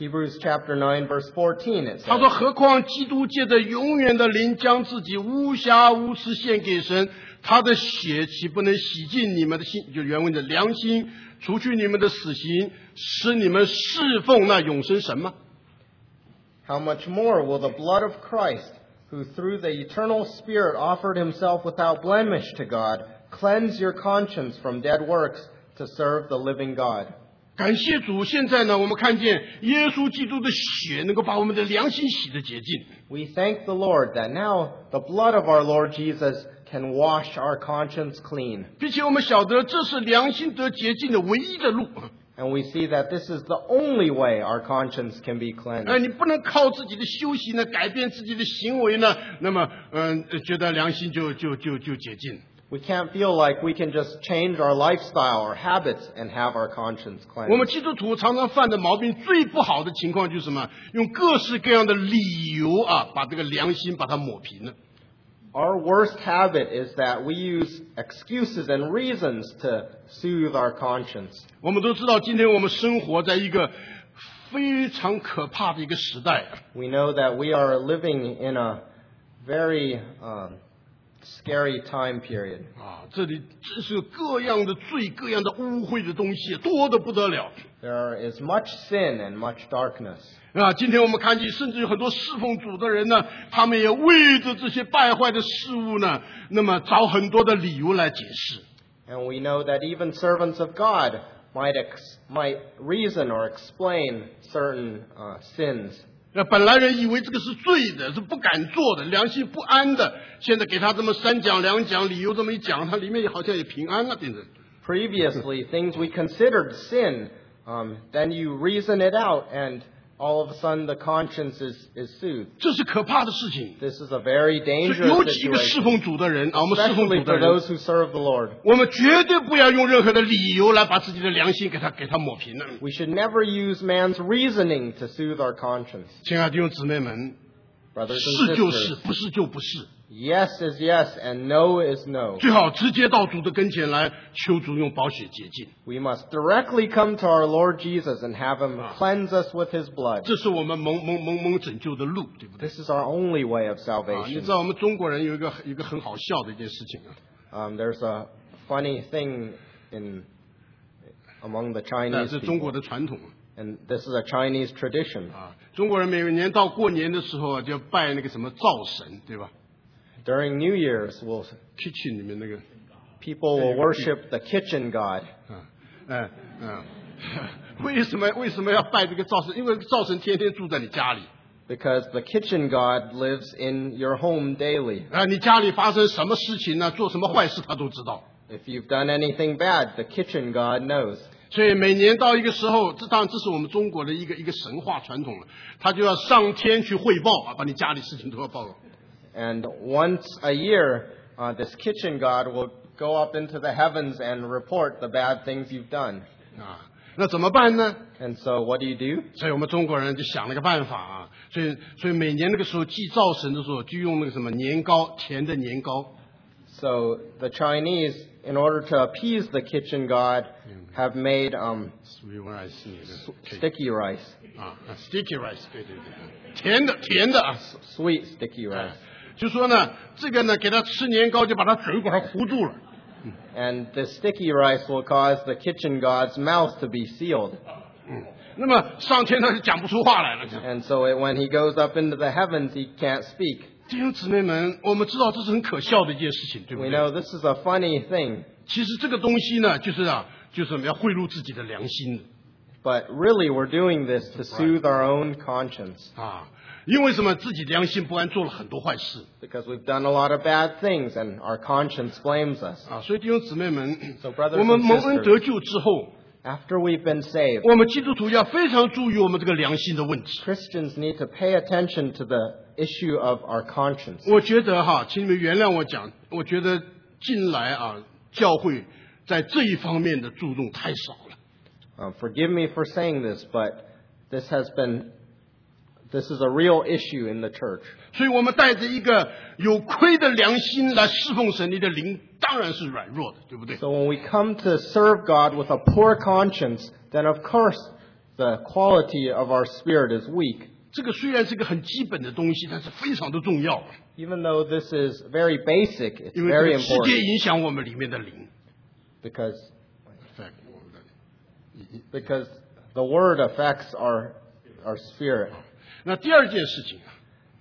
Hebrews chapter 9, verse 14, it
他说：“
says,
何况基督借着永远的灵，将自己无瑕无疵献给神，他的血岂不能洗净你们的心？就原文的良心，除去你们的死刑，使你们侍奉那永生神吗？
How much more will the blood of Christ, who through the eternal Spirit offered himself without blemish to God, cleanse your conscience from dead works to serve the living God?
感谢主！现在呢，我们看见耶稣基督的血能够把我们的良心洗得洁净。
We thank the Lord that now the blood of our Lord Jesus can wash our conscience clean.
并且我们晓得这是良心得洁净的唯一的路。
And we see that this is the only way our conscience can be
呃，
cleansed.
你不能靠自己的修行呢，改变自己的行为呢，那么，嗯、呃觉得良心就就就就洁净。
We can't feel like we can just change our lifestyle or habits and have our conscience
我们
cleansed.
基督徒常常犯的毛病，最不好的情况就是什么？用各式各样的理由啊，把这个良心把它抹平了。
Our worst habit is that we use excuses and reasons to soothe our conscience.
我们都知道，今天我们生活在一个非常可怕的一个时代，
We know that we are living in a very um, scary time period.
啊，这里真是各样的罪、各样的污秽的东西，多得不得了。
There is much sin and much darkness.
啊，今天我们看见，甚至有很多侍奉主的人呢，他们也为着这些败坏的事物呢，那么找很多的理由来解释。
And we know that even servants of God might, ex- might reason or explain certain uh, sins.
那呃本来人以为这个是罪的，是不敢做的，良心不安的，现在给他这么三讲两讲，理由这么一讲，他里面也好像也平安了，变成。
Previously, things we considered sin, um, then you reason it out, and all of a sudden the conscience is, is soothed.
这是可怕的事情，
This is a very
所以尤
dangerous
其一个侍
situation,
奉主的人啊，我们侍奉主的
especially for
人，
those who serve the Lord.
我们绝对不要用任何的理由来把自己的良心给他给他抹平了。
We should never use man's reasoning to soothe our conscience.
亲爱的弟兄姊妹们，
Brothers
是
and
就
sisters,
是，不是就不是。
yes is yes, and no is no.
最好直接到主的跟前来求主用宝血洁净，
We must directly come to our Lord Jesus and have him cleanse us with his blood.
这是我们蒙蒙蒙蒙拯救的路，对不对？
This is our only way of
啊，你知
salvation.
道我们中国人有一个一个很好笑的一件事情啊，
Um, there's a funny thing in among the
那
Chinese
嗯是中国
people,
的传统
and this is a Chinese tradition.
啊。中国人每年到过年的时候啊，就要拜那个什么灶神，对吧
During New Year's, we'll
？kitchen 里面那个
People will worship the kitchen god.
嗯嗯， 为什么为什么要拜这个灶神？因为灶神天天住在你家里
Because the kitchen god lives in your home daily.
啊，你家里发生什么事情呢？做什么坏事他都知道。
If you've done anything bad, the kitchen god knows.
所以每年到一个时候，这当然这是我们中国的一个一个神话传统了，他就要上天去汇报啊，把你家里事情都要报告。
And once a year, uh, this kitchen god will go up into the heavens and report the bad things you've done.
啊，那怎么办呢？
And so what do you do?
所以我们中国人就想了个办法啊，所以所以每年那个时候祭灶神的时候，就用那个什么年糕，甜的年糕，
So the Chinese, in order to appease the kitchen god, have made um,
属于我爱吃你的
sticky rice,
啊啊，sticky rice，对对对，甜的甜的啊，啊
sweet sticky rice.
就说呢，这个呢给他吃年糕就把他嘴给他糊住了，
And this sticky rice will cause the kitchen god's mouth to be sealed.
那么上天他就讲不出话来了。就
And so it, when he goes up into the heavens, he can't speak.
弟兄姊妹们，我们知道这是很可笑的一件事情，对不
We
对？
know this is a funny thing,
其实这个东西呢，就是啊，就是我们要贿赂自己的良心的。
but really we're doing this to soothe our own conscience
啊，因为什么？自己良心不安，做了很多坏事
because we've done a lot of bad things and our conscience blames us.
啊。所以弟兄姊妹们
So brothers and
我们蒙恩
sisters-
得救之后，
After we've been saved,
我们基督徒要非常注意我们这个良心的问题。
Christians need to pay attention to the issue of our conscience.
我觉得哈，请你们原谅我讲，我觉得近来啊，教会在这一方面的注重太少了。
Um, forgive me for saying this, but this has been, this is a real issue in the church.
所以我们带着一个有亏的良心来侍奉神，你的灵当然是软弱的，对不对？
So when we come to serve God with a poor conscience, then of course the quality of our spirit is weak.
这个虽然是个很基本的东西，但是非常的重要，
Even though this is very basic, it's
因为这
very
个直接
important
影响我们里面的灵。
because
affect 我们的。
because the word affects our our spirit.
那第二件事情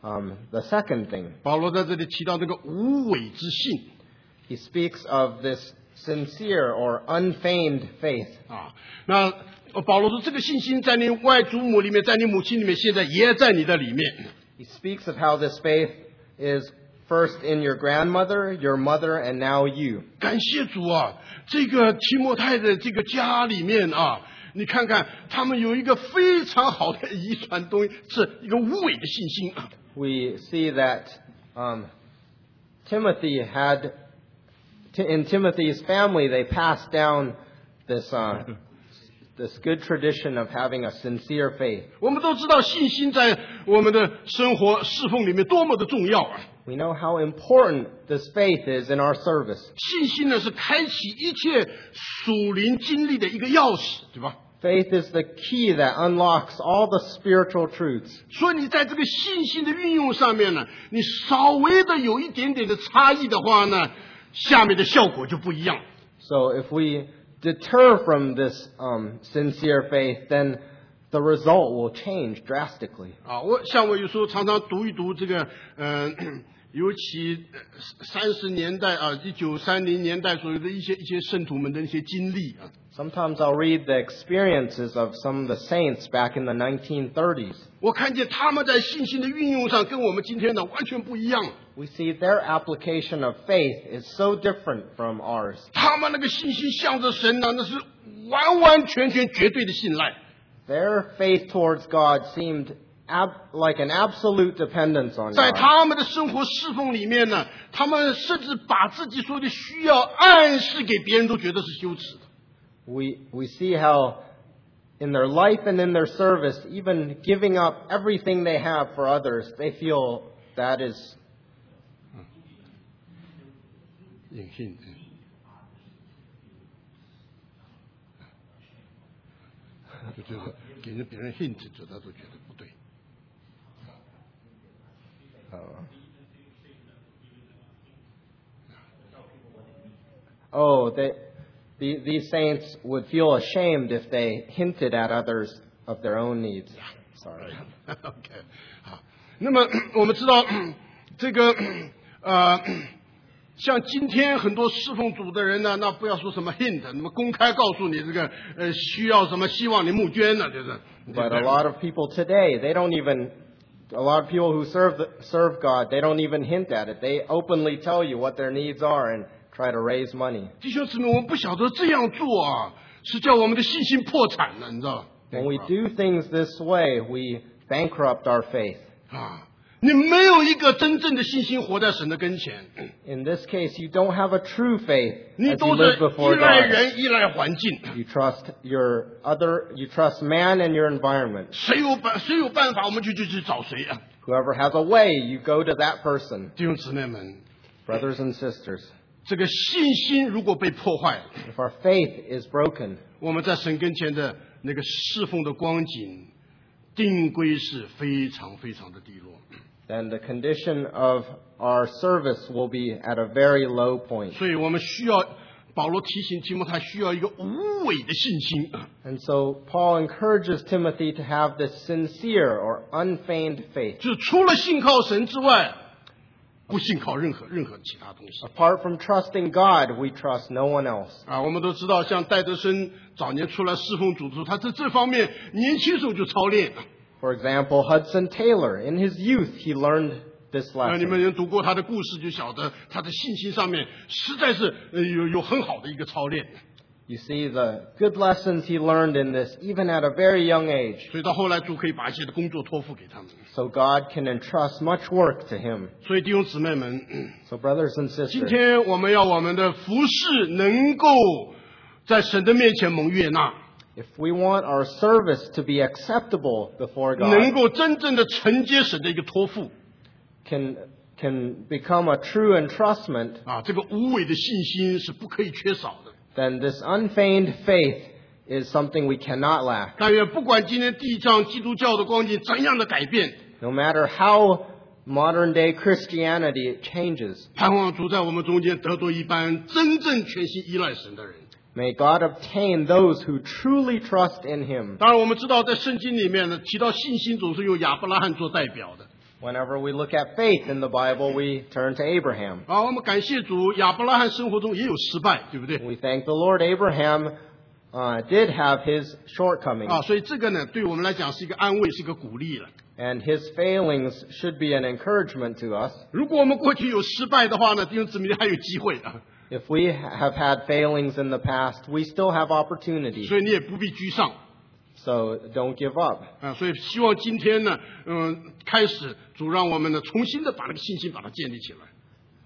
啊，
Um, the second thing
保罗在这里提到这个无伪之信
he speaks of this sincere or unfeigned faith.
啊。那呃保罗说，这个信心在你外祖母里面，在你母亲里面，现在也在你的里面。
He speaks of how this faith is first in your grandmother, your mother, and now you.
感谢主啊！这个提摩太的这个家里面啊，你看看他们有一个非常好的遗传东西，是一个无伪的信心啊。
we see that um, Timothy had, t- in Timothy's family, they passed down this, uh, this good tradition of having a sincere faith.
我们都知道信心在我们的生活侍奉里面多么的重要啊！
We know how important this faith is in our service.
信心呢是开启一切属灵经历的一个钥匙，对吧？
Faith is the key that unlocks all the spiritual truths.
所以你在这个信心的运用上面呢，你稍微的有一点点的差异的话呢，下面的效果就不一样。
So if we deter from this um, sincere faith, then the result will change drastically.
啊，我像我有时候常常读一读这个，嗯、呃，尤其三十年代啊，一九三零年代所有的一些一些圣徒们的一些经历啊，
Sometimes I'll read the experiences of some of the saints back in the 1930s.
我看见他们在信心的运用上跟我们今天的完全不一样。
We see their application of faith is so different from ours.
他们那个信心向着神呢、那是完完全全绝对的信赖。
Their faith towards God seemed ab- like an absolute dependence on
在
God.
他们的生活侍奉里面呢，他们甚至把自己所有的需要暗示给别人，都觉得是羞耻的。
We, we see how in their life and in their service, even giving up everything they have for others, they feel that is
隐性。嗯 就这个给人别人 hint，就他都觉得不对。
Oh, they, the, these saints would feel ashamed if they hinted at others of their own needs. Sorry.
OK，好。那么我们知道这个呃， 像今天很多侍奉主的人呢，那不要说什么 hint，那么公开告诉你这个呃需要什么，希望你募捐呢，就是。
But a lot of people today, they don't even, a lot of people who serve, the, serve God, they don't even hint at it. They openly tell you what their needs are and try to raise money.
弟兄姊妹，我们不晓得这样做啊，是叫我们的信心破产了，你知道吧？
When we do things this way, we bankrupt our faith.
啊，你没有一个真正的信心活在神的跟前，
In this case, you don't have a true faith
你
嗯 as you
都是
live
依
before
赖
God.
人、依赖环境。
You trust your other, you trust man and your environment.
谁有办谁有办法，我们就就去找谁啊！
Whoever has a way, you go to that person.
弟兄姊妹们，
Brothers and sisters,
这个信心如果被破坏，
if our faith is broken,
我们在神跟前的那个侍奉的光景，定规是非常非常的低落。
then the condition of our service will be at a very low point.
所以我们需要保罗提醒提摩太需要一个无伪的信心，啊
And so Paul encourages Timothy to have this sincere or unfeigned faith.
就是除了信靠神之外，不信靠任何任何其他东西。
Apart from trusting God, we trust no one else.
啊，我们都知道，像戴德生早年出来侍奉主的时候，他在这方面年轻时候就操练。
For example, Hudson Taylor, in his youth, he learned this
那啊你们
lesson.
人读过他的故事，就晓得他的信心上面实在是呃有有很好的一个操练。
You see the good lessons he learned in this, even at a very young age.
所以到后来，主可以把一些的工作托付给他们。
So God can entrust much work to him.
所以弟兄姊妹们， 嗯
So, brothers and
今
sisters,
天我们要我们的服饰能够在神的面前蒙悦纳，
if we want our service to be acceptable before
能
God,
够真正的承接神的一个托付
can, can become a true entrustment
啊，这个无伪的信心是不可以缺少的。
then this unfeigned faith is something we cannot lack.
但愿不管今天地上基督教的光景怎样的改变，
No matter how modern day Christianity changes,
盼望主在我们中间得着一般真正全心依赖神的人。
may God obtain those who truly trust in Him.
当然，我们知道在圣经里面呢，提到信心总是用亚伯拉罕做代表的。
Whenever we look at faith in the Bible, we turn to Abraham.
啊，我们感谢主，亚伯拉罕生活中也有失败，对不对？
We thank the Lord Abraham uh, did have his shortcomings,
啊，所以这个呢，对我们来讲是一个安慰，是一个鼓励了。
and his failings should be an encouragement to us.
如果我们过去有失败的话呢，弟兄姊妹还有机会啊，
If we have had failings in the past, we still have opportunity,
所以你也不必沮丧
so don't give up.
啊。所以希望今天呢，嗯，开始主让我们呢重新的把那个信心把它建立起来。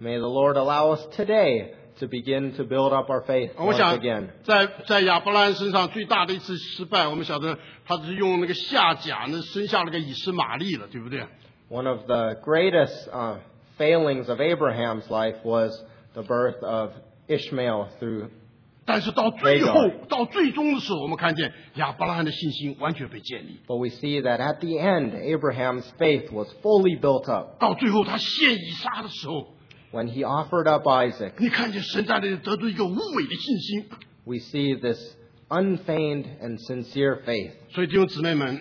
May the Lord allow us today to begin to build up our faith
啊我
once
想
again.
在在亚伯拉罕身上最大的一次失败，我们晓得他是用那个下甲呢生下了个以实玛利了，对不对？
One of the greatest uh, failings of Abraham's life was the birth of Ishmael through.
但是到最后
没错，
到最终的时候，我们看见亚伯拉罕的信心完全被建立。
But we see that at the end, Abraham's faith was fully built up
到最后，他献以撒的时候，
when he offered up Isaac.
你看见神在那里得出一个无伪的信心。
We see this unfeigned and sincere faith.
所以弟兄姊妹们，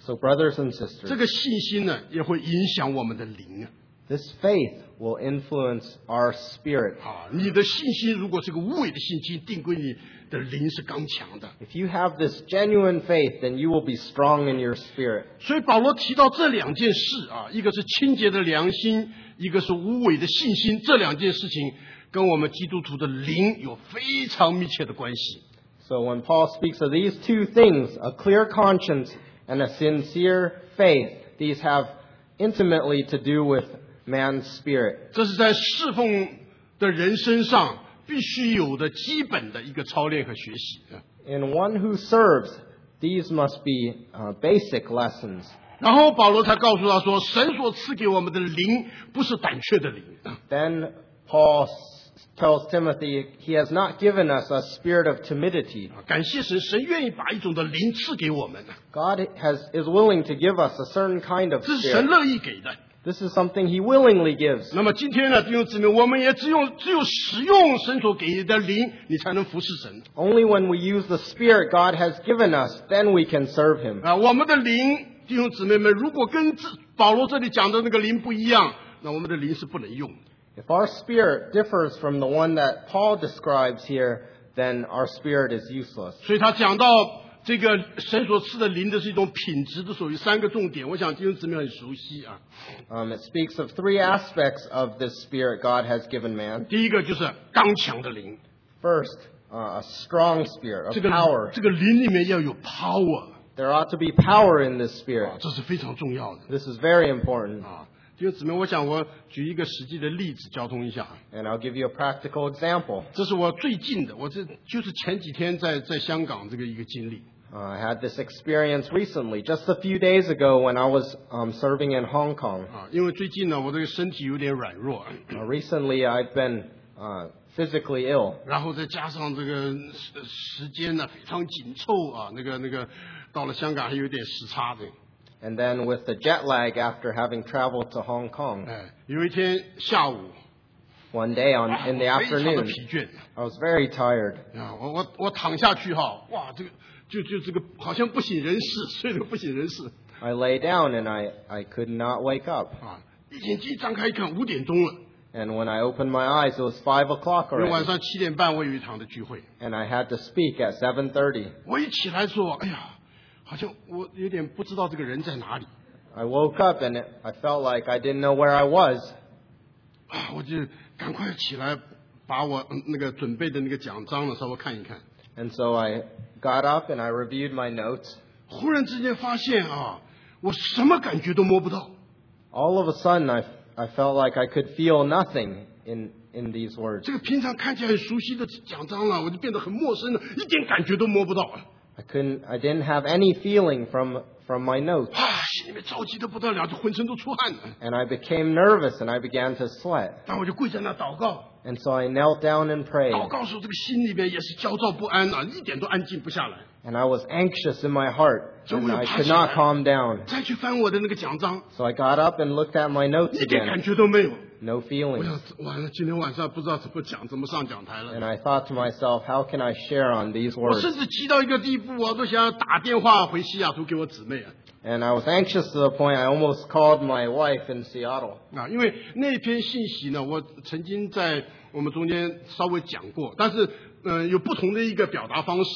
So, brothers and
这
sisters,
个信心呢，也会影响我们的灵啊。
this faith will influence our spirit.
啊，你的信心如果是个无伪的信心，定规你的灵是刚强的。
If you have this genuine faith, then you will be strong in your spirit.
所以保罗提到这两件事啊，一个是清洁的良心，一个是无伪的信心，这两件事情跟我们基督徒的灵有非常密切的关系。
So when Paul speaks of these two things, a clear conscience and a sincere faith, these have intimately to do with man's spirit.
这是在侍奉的人身上必须有的基本的一个操练和学习。
In one who serves, these must be uh, basic lessons.
然后保罗才告诉他说，神所赐给我们的灵不是胆怯的灵，啊
Then Paul s- tells Timothy, he has not given us a spirit of timidity.
啊感谢神，神愿意把一种的灵赐给我们，啊
God has, is willing to give us a certain kind of
这是神
spirit.
乐意给的。
This is something he willingly gives.
那么今天呢，弟兄姊妹，我们也只有只有使用神所给的灵，你才能服侍神
Only when we use the spirit God has given us, then we can serve him.
啊。我们的灵，弟兄姊妹们，如果跟这保罗这里讲的那个灵不一样，那我们的灵是不能用的。
If our spirit differs from the one that Paul describes here, then our spirit is useless.
所以他讲到这个神所赐的灵的是一种品质，这属于三个重点。我想弟兄姊妹很熟悉啊。
Um, it speaks of three aspects of this spirit God has given man.
第一个就是刚强的灵，
First, uh, a strong spirit
这
of
个
power.
这个灵里面要有 power，
There ought to be power in this
啊
spirit.
这是非常重要的
This is very important.
啊。弟兄姊妹，我想我举一个实际的例子交通一下啊。
And I'll give you a practical example.
这是我最近的，我这就是前几天在在香港这个一个经历。
Uh, I had this experience recently, just a few days ago when I was um, serving in Hong Kong.
啊，因为最近呢，我这个身体有点软弱，啊
Uh, recently, I've been uh, physically ill.
然后再加上这个时时间呢非常紧凑啊，那个那个到了香港还有点时差的。
And then with the jet lag after having traveled to Hong Kong
哎，有一天下午，
one day on
啊
嗯
我非常
in the
的
afternoon,
疲倦
I was very tired.
啊，我我我躺下去哈，哇，这个就就这个好像不省人事， 睡得不省人事
I lay down and I, I could not wake up.
啊。眼睛一张开一看，五点钟了，
And when I opened my eyes, it was five o'clock
因为晚
already,
上七点半我有一场的聚会，
and I had to speak at 7:30.
我一起来说，哎呀，好像我有点不知道这个人在哪里。
I woke up and it- I felt like I didn't know where I was.
啊，我就赶快起来，把我嗯那个准备的那个奖章呢稍微看一看。
And so I got up and I reviewed my notes.
忽然之间发现啊，我什么感觉都摸不到，
All of a sudden, I, I felt like I could feel nothing in, in these words.
这个平常看起来很熟悉的奖章啊，我就变得很陌生了，一点感觉都摸不到啊！
I couldn't, I didn't have any feeling from, from my notes.
啊，心里面着急的不得了，就浑身都出汗了。
And I became nervous and I began to sweat.
但我就跪在那祷告，
And so I knelt down and prayed.
祷告时候这个心里面也是焦躁不安啊，一点都安静不下来。
And I was anxious in my heart. And I could not calm down.
再去翻我的那个奖章，
So I got up and looked at my notes
一点
again.
感觉都没有。
No
我
feelings.
想完了，今天晚上不知道怎么讲，怎么上讲台了
And。I thought to myself, how can I share on these
我
words?
甚至急到一个地步，我都想打电话回西雅图给我姊妹啊
And I was anxious to the point I almost called my wife in Seattle.
啊！因为那篇信息呢，我曾经在我们中间稍微讲过，但是嗯、呃有不同的一个表达方式。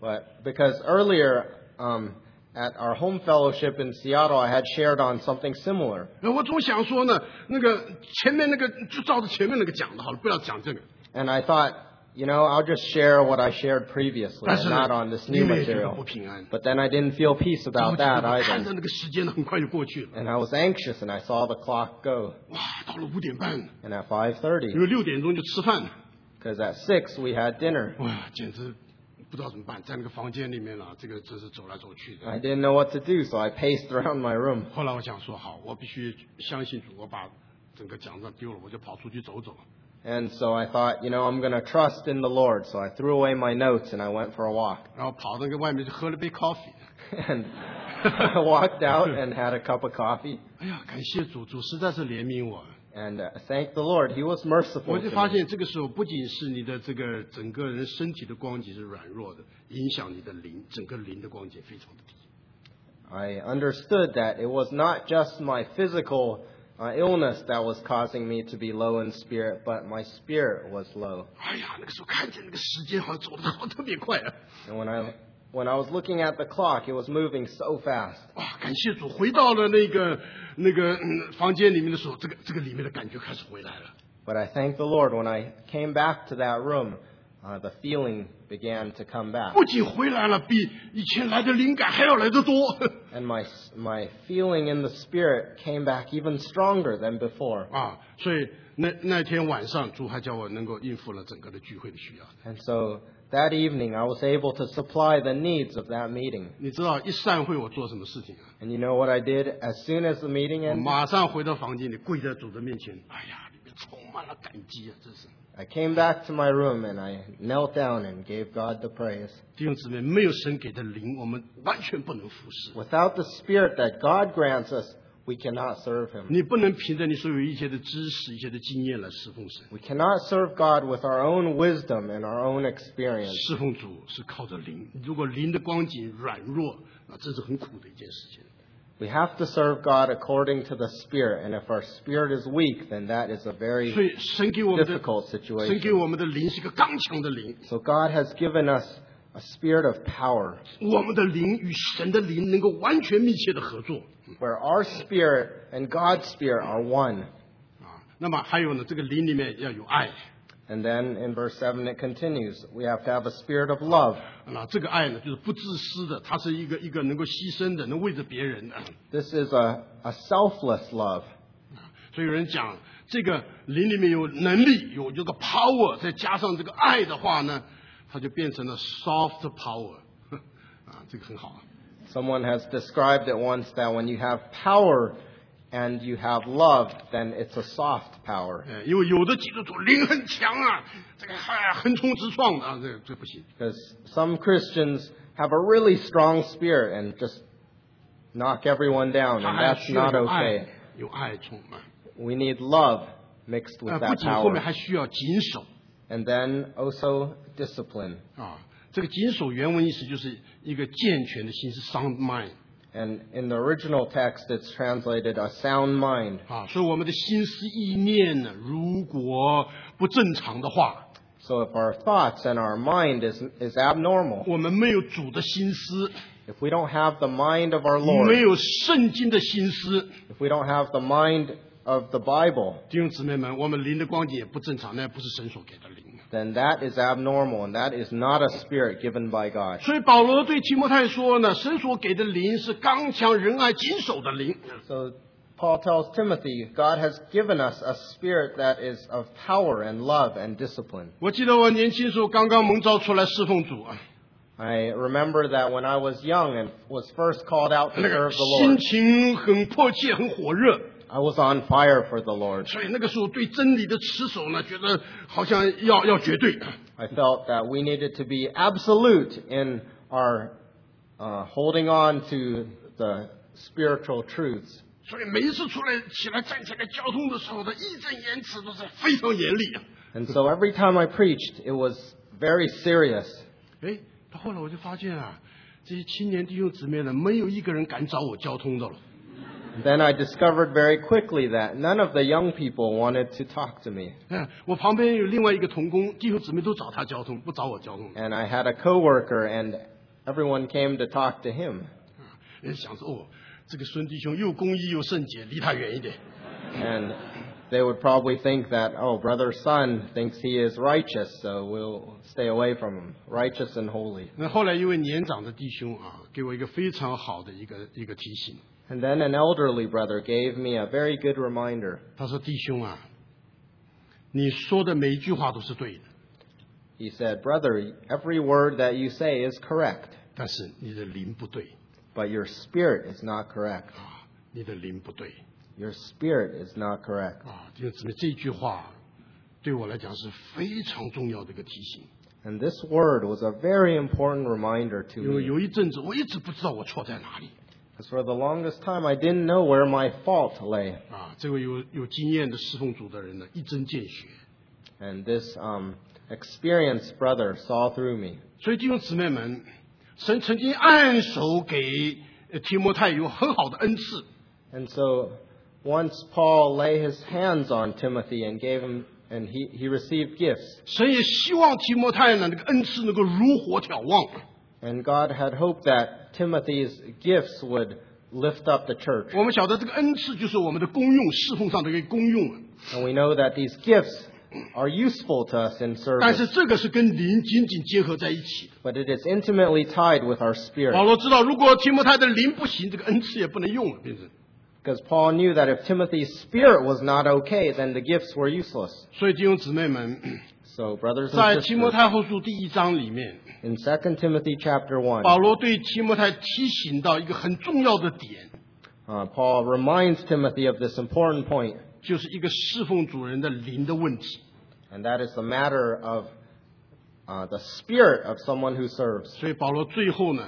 But because earlier um, at our home fellowship in Seattle, I had shared on something similar.
呃我总想说呢，那个前面那个就照着前面那个讲的好了，不要讲这个。
And I thought, you know, I'll just share what I shared previously
但是
and
呢
not on this，
你
new
们也觉得不
material.
平安。
But then I didn't feel peace
然后
about that
看
either.
着那个时间呢，很快就过去了。
And I was anxious and I saw the clock go.
哇，到了五点半，
And at
因
5.30,
为六点钟就吃饭了。
because at 6 we had dinner.
哇，简直不知道怎么办，在那个房间里面了，这个真是走来走去的。
I didn't know what to do, so I paced around my room.
后来我想说，好，我必须相信主，我把整个奖章丢了，我就跑出去走走。
And so I thought, you know, I'm going to trust in the Lord. So I threw away my notes and I went for a walk.
然后跑到那个外面去喝了杯 coffee。
And I walked out and had a cup of coffee
哎呀，感谢主，主实在是怜悯我。
and uh, thanked the Lord. He was
我
merciful.
就
To
发
me.
现，这个时候不仅是你的这个整个人身体的光景是软弱的，影响你的灵，整个灵的光景非常的低。
I understood that it was not just my physical uh, illness that was causing me to be low in spirit, but my spirit was low.
哎呀，那个时候看见那个时间好像走的好特别快啊！
And when I when I was looking at the clock, it was moving so fast.
哇，感谢主，回到了那个那个、嗯房间里面的时候，这个这个里面的感觉开始回来了。
But I thanked the Lord when I came back to that room, uh, the feeling began to come back.
不仅回来了，比以前来的灵感还要来得多。
And my, my feeling in the spirit came back even stronger than before.
啊，所以那那天晚上，主还叫我能够应付了整个的聚会的需要。
And so that evening, I was able to supply the needs of that meeting.
你知道一散会我做什么事情啊？
And you know what I did? As soon as the meeting
我
ended,
马上回到房间里，跪在主的面前。哎呀，里面充满了感激啊！真是
I came back to my room and I knelt down and gave God the praise.
弟兄姊妹，没有神给的灵，我们完全不能服侍。
Without the spirit that God grants us, we cannot serve Him.
你不能凭着你所有一切的知识、一切的经验来侍奉神。
We cannot serve God with our own wisdom and our own experience.
侍奉主是靠着灵，如果灵的光景软弱，那真是很苦的一件事情。
We have to serve God according to the Spirit, and if our spirit is weak, then that is a
所
very
以神给我们的
difficult
神给
situation.
我们的灵是一个刚强的灵，
So God has given us a spirit of power,
我们的灵与神的灵能够完全密切的合作
where our spirit and God's spirit are one.
啊。那么还有呢，这个灵里面要有爱，
And then in verse 7 it continues, we have to have a spirit of love.
那啊这个爱呢，就是不自私的，它是一个一个能够牺牲的，能为着别人的。啊
This is a, a selfless love.
所以有人讲，这个灵里面有能力，有这个 power，再加上这个爱的话呢，它就变成了 soft power，呵 啊，这个很好啊。
Someone has described it once that when you have power and you have love, then it's a soft power.
呃，因为有的基督徒灵很强啊，这个还横冲直撞的啊，这个这不行。
Because some Christians have a really strong spirit and just knock everyone down,
他
and
还
that's
需要
not
有爱
okay.，
有爱充满。
We need love mixed
呃，
with
不
that
仅后面
power.
还需要谨守
And then also discipline.
啊。这个谨守原文意思就是一个健全的心，是 sound mind
And in the original text, it's translated a sound mind.
啊。所以我们的心思意念呢，如果不正常的话，
So if our thoughts and our mind is, is abnormal,
我们没有主的心思，
if we don't have the mind of our
没
Lord,
有圣经的心思，
if we don't have the mind of the Bible,
弟兄姊妹们，我们灵的光景也不正常，那不是神所给的灵。
then that is abnormal, and that is not a spirit given by God.
所以保罗对提摩太说呢，神所给的灵是刚强、仁爱、谨守的灵。
So Paul tells Timothy, God has given us a spirit that is of power and love and discipline.
我记得我年轻时候刚刚蒙召出来侍奉主啊，
I remember that when I was young and was first called out to
那个
serve the
心情
Lord,
很迫切、很火热，
I was on fire for the Lord.
所以那个时候对真理的持守呢，觉得好像要要绝对。
I felt that we needed to be absolute in our uh, holding on to the spiritual truths.
所以每一次出来起来站起来交通的时候的义正言辞都是非常严厉啊。
And so every time I preached, it was very serious.
哎，到后来我就发现啊，这些青年弟兄姊妹呢，没有一个人敢找我交通的了。
Then I discovered very quickly that none of the young people wanted to talk to me.
嗯，我旁边有另外一个童工，弟兄姊妹都找他交通，不找我交通。
And I had a coworker and everyone came to talk to him.
人想着哦，这个孙弟兄又公益又圣洁，离他远一点。
And they would probably think that, oh, brother son thinks he is righteous, so we'll stay away from him. Righteous and holy.
那后来一位年长的弟兄啊，给我一个非常好的一个一个提醒，
And then an elderly brother gave me a very good reminder.
他说：“弟兄啊，你说的每一句话都是对的，
He said, brother, every word that you say is correct,
但是你的灵不对
but your spirit is not correct.
啊，你的灵不对
Your spirit is not correct.
啊。”弟兄姊妹，这句话对我来讲是非常重要的一个提醒。
And this word was a very important reminder to
因为
me.
有一阵子我一直不知道我错在哪里
Because for the longest time, I didn't know where my fault lay.
啊。这位有有经验的侍奉主的人呢，一针见血。
And this um, experienced brother saw through me.
所以弟兄姊妹们，神曾经按手给呃提摩太有很好的恩赐，
And so once Paul lay his hands on Timothy and gave him, and he, he received gifts,
神也希望提摩太呢那个恩赐能够如火眺望。
and God had hoped that Timothy's gifts would lift up the church.
我们晓得这个恩赐就是我们的功用，侍奉上的一个功用啊。
And we know that these gifts are useful to us in
但是
service,
这个是跟灵紧紧结合在一起的。
but it is intimately tied with
保
our spirit.
罗知道，如果提摩太的灵不行，这个恩赐也不能用了，变成。
Because Paul knew that if Timothy's spirit was not okay, then the gifts were useless.
所以弟兄姊妹们，
So, brothers
在
and
提摩
sisters,
太后书第一章里面，
in 2 Timothy chapter 1,
保罗对提摩太提醒到一个很重要的点，
Uh, Paul reminds Timothy of this important point,
就是一个侍奉主人的灵的问题。
and that is the matter of uh, the spirit of someone who serves.
所以保罗最后呢，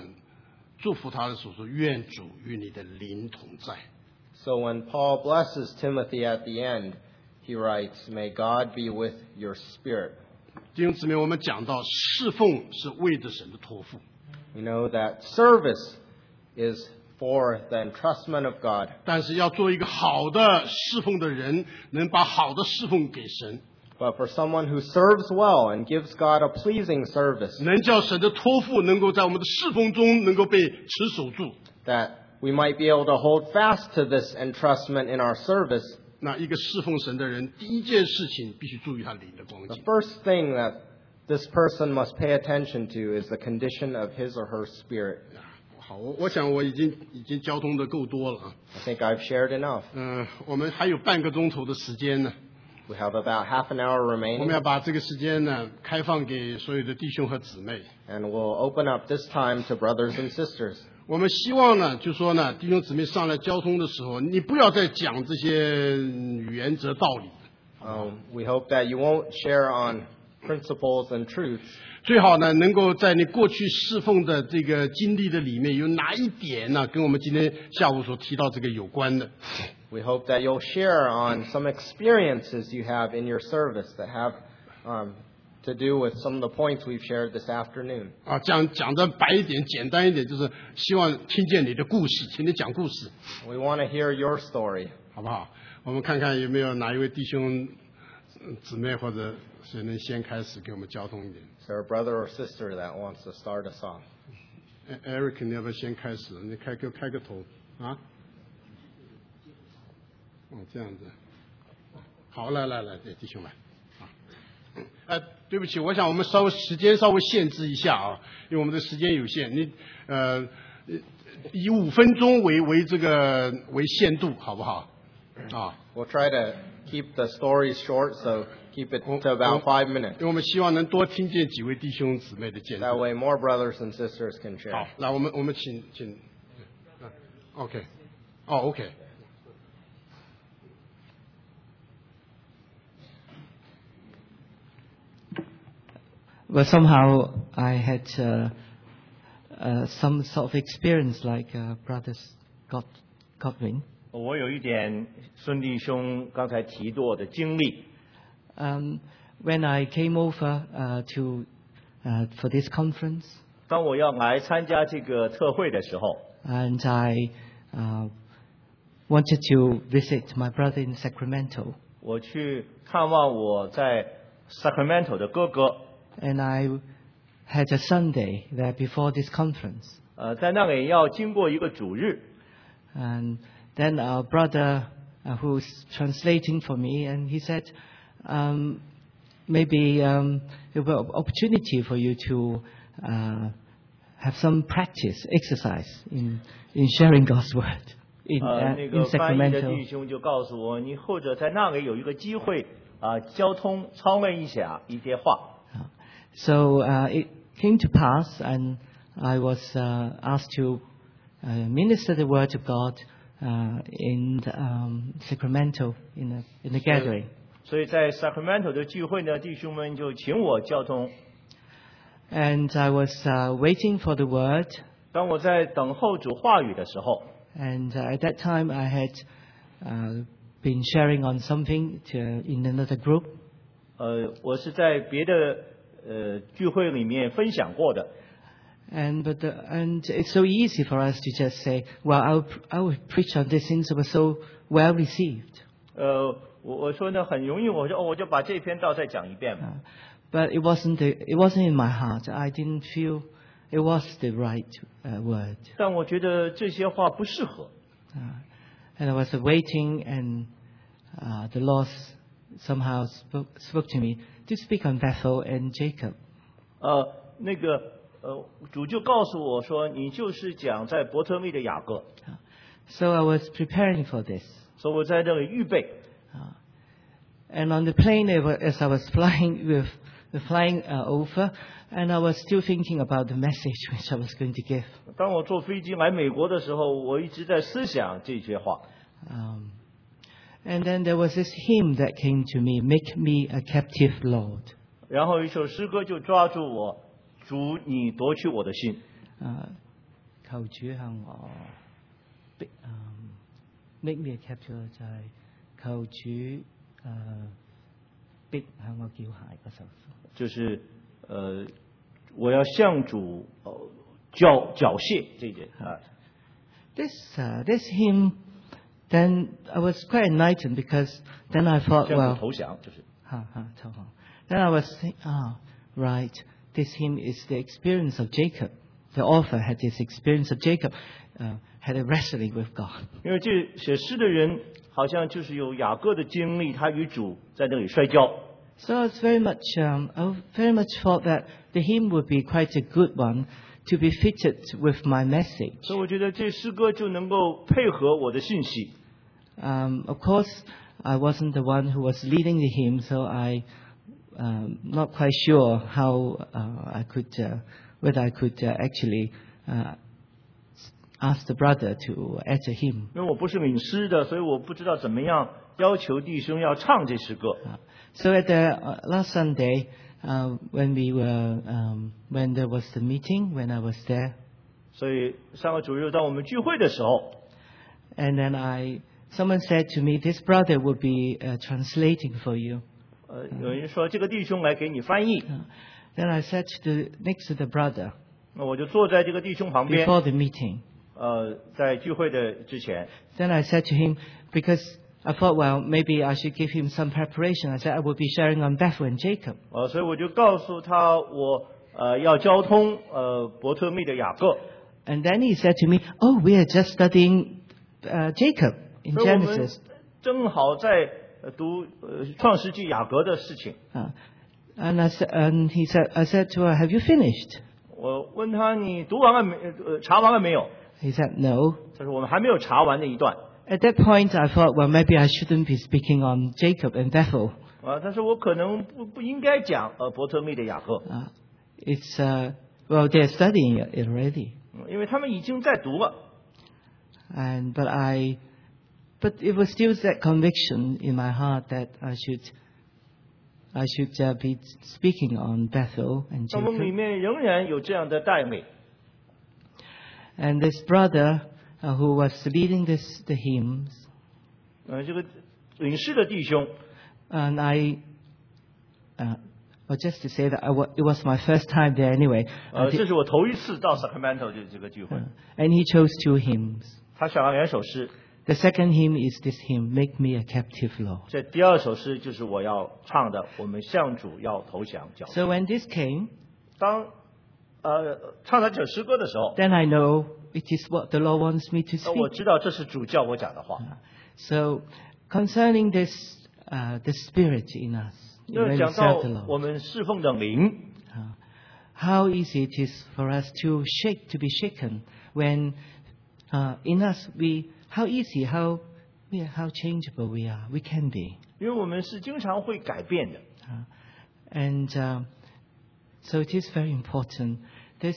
祝福他的时候说：“愿主与你的灵同在。
So when Paul blesses Timothy at the end, he writes, May God be with your spirit. ”
弟兄姊妹，我们讲到侍奉是为着神的托付，
We know that service is For the entrustment of God.
但是要做一个好的侍奉的人，能把好的侍奉给神，
But for someone who serves well and gives God a pleasing service,
能叫神的托付能够在我们的侍奉中能够被持守住。
that we might be able to hold fast to this entrustment in our service,
那一个侍奉神的人，第一件事情必须注意他灵的光
the
景。
first thing that this person must pay attention to is the condition of his or her spirit.
好，我我想我已经已经交通的够多了啊。
I think I've shared enough.
嗯，我们还有半个钟头的时间呢，
We have about half an hour
我们
remaining,
要把这个时间呢开放给所有的弟兄和姊妹。
and we'll open up this time to brothers and sisters.
我们希望呢，就说呢，弟兄姊妹上来交通的时候，你不要再讲这些嗯原则道理，
Um, we hope that you won't share on principles and truths,
最好呢能够在你过去侍奉的这个经历的里面，有哪一点呢，跟我们今天下午所提到这个有关的。
We hope that you'll share on some experiences you have in your service that have um, to do with some of the points we've shared this afternoon.
啊，讲讲的白一点、简单一点，就是希望听见你的故事，请你讲故事，
We want to hear your story.
好不好？我们看看有没有哪一位弟兄、嗯姊妹或者谁能先开始给我们交通一点。
Is there a brother or sister that wants to start us off?
E- Eric，你要不要先开始？你开给我开个头啊？哦，这样子。好，来来来，对弟兄们，啊，呃，对不起，我想我们稍微时间稍微限制一下啊，因为我们的时间有限，你呃呃以五分钟为为这个为限度，好不好？啊，
We'll try to keep the stories short, so keep it to
oh.
about five
因
minutes.
为我们希望能多听见几位弟兄姊妹的见证
That。way, more brothers and sisters can share.
好，来，我们我们请请啊，OK，哦，OK。
But somehow I had uh, uh, some sort of experience like uh, Brothers God, Godwin.
我有一点孙弟兄刚才提过的经历。
Um, when I came over uh, to uh, for this conference,
当我要来参加这个特会的时候，
and I uh, wanted to visit my brother in Sacramento,
我去看望我在 Sacramento 的哥哥。
and I had a Sunday there before this conference,
呃，在那里要经过一个主日，
and then our brother uh, who's translating for me, and he said, um, maybe um, it will be an opportunity for you to uh, have some practice, exercise in, in sharing God's word in,
呃，
uh,
那
in
个翻译的
Sacramento.
弟兄就告诉我，你或者在那里有一个机会啊、交通操练一下一些话。
So uh, it came to pass, and I was uh, asked to uh, minister the word of God uh, in um, Sacramento in a, in a gathering.
所以在 Sacramento 的聚会呢，弟兄们就请我交通。
And I was uh, waiting for the word,
当我在等候主话语的时候，
and uh, at that time I had uh, been sharing on something to, in another group,
呃，我是在别的呃聚会里面分享过的。
and but the, and it's so easy for us to just say, "Well, I'll pr- I will preach on this since it was so well received."
呃，我我说呢很容易，我说哦，我就把这篇道再讲一遍吧。
Uh, but it wasn't the, it wasn't in my heart. I didn't feel it was the right uh, word,
但我觉得这些话不适合。
uh, and I was waiting, and uh, the Lord somehow spoke, spoke to me to speak on Bethel and Jacob.
呃，那个呃，主就告诉我说，你就是讲在伯特利的雅各，
So I was preparing for this,
所以我在这里预备。
and on the plane it wa- as I was flying with. The flying uh, over, and I was still thinking about the message which I was going to give.
当我坐飞机来美国的时候，我一直在思想这些话。
Um, and then there was this hymn that came to me, "Make me a captive, Lord."
然后一首诗歌就抓住我，主，你夺取我的心。
啊，求主向我逼啊，make me a capture 就係求主誒、呃逼向我叫鞋嗰首歌。
就是呃，我要向主呃缴缴械这一点啊。
this uh, this hymn, then I was quite enlightened because then I thought,
这样
well,
子投降就是。
Ha, ha, Toho. Then I was thinking, ah, right, this hymn is the experience of Jacob. The author had this experience of Jacob, uh, had a wrestling with God.
因为这写诗的人好像就是有雅各的经历，他与主在那里摔跤。
So I was very much, um, I very much thought that the hymn would be quite a good one to be fitted with my message.
所以我觉得这诗歌就能够配合我的信息。
Um, of course, I wasn't the one who was leading the hymn, so I um, not quite sure how uh, I could, uh, whether I could uh, actually uh, ask the brother to add a hymn.
因为我不是领诗的，所以我不知道怎么样要求弟兄要唱这诗歌。
So at the uh, last Sunday, uh, when we were, um, when there was the meeting, when I was there,
所以上个主日当我们聚会的时候，
and then I, someone said to me, this brother will be uh, translating for you.
呃，有人说这个弟兄来给你翻译，
Then I sat to the, next to the brother
那我就坐在这个弟兄旁边。
before the meeting.
呃，在聚会的之前，
Then I said to him, because I thought, well, maybe I should give him some preparation. I said, I will be sharing on Bethel and Jacob.
呃，所以我就告诉他我呃要交通呃伯特密的雅各。
And then he said to me, oh, we are just studying uh, Jacob in
所以我们
Genesis.
正好在呃读呃创世纪雅各的事情。
Uh, and, I sa- and he said, I said to her, have you finished?
我问他你读完了没？呃，查完了没有？
He said, no.
他说我们还没有查完那一段。
At that point, I thought, well, maybe I shouldn't be speaking on Jacob and Bethel.
啊，他说我可能不不应该讲呃伯特密的雅各，
Uh, it's, uh, well, they're studying it already.
嗯因为他们已经在读了。
And but I, but it was still that conviction in my heart that I should, I should uh, be speaking on Bethel and
那我们里
Jacob.
面仍然有这样的带领。
And this brother uh, who was leading this the hymns,
呃，这个隐士的弟兄，
and I. Uh, well, just to say that I wa- it was my first time there anyway,
呃，
I
这
did-
是我头一次到 Sacramento 这这个聚会，
嗯 and he chose two hymns.
他选了两首诗，
The second hymn is this hymn, "Make Me a Captive, Lord."
这第二首诗就是我要唱的，我们向主要投降脚。
So when this came,
当呃唱到这首诗歌的时候，
then I know it is what the Lord wants me to
那
speak.
我知道这是主教我讲的话。
So, concerning this, uh, the spirit in us,
因为
when
讲
we
到
serve the
我
Lord,
们侍奉的灵，
uh, how easy it is for us to shake, to be shaken when uh, in us we, how easy, how yeah, how changeable we are, we can be,
因为我们是经常会改变的。
and um, so it is very important this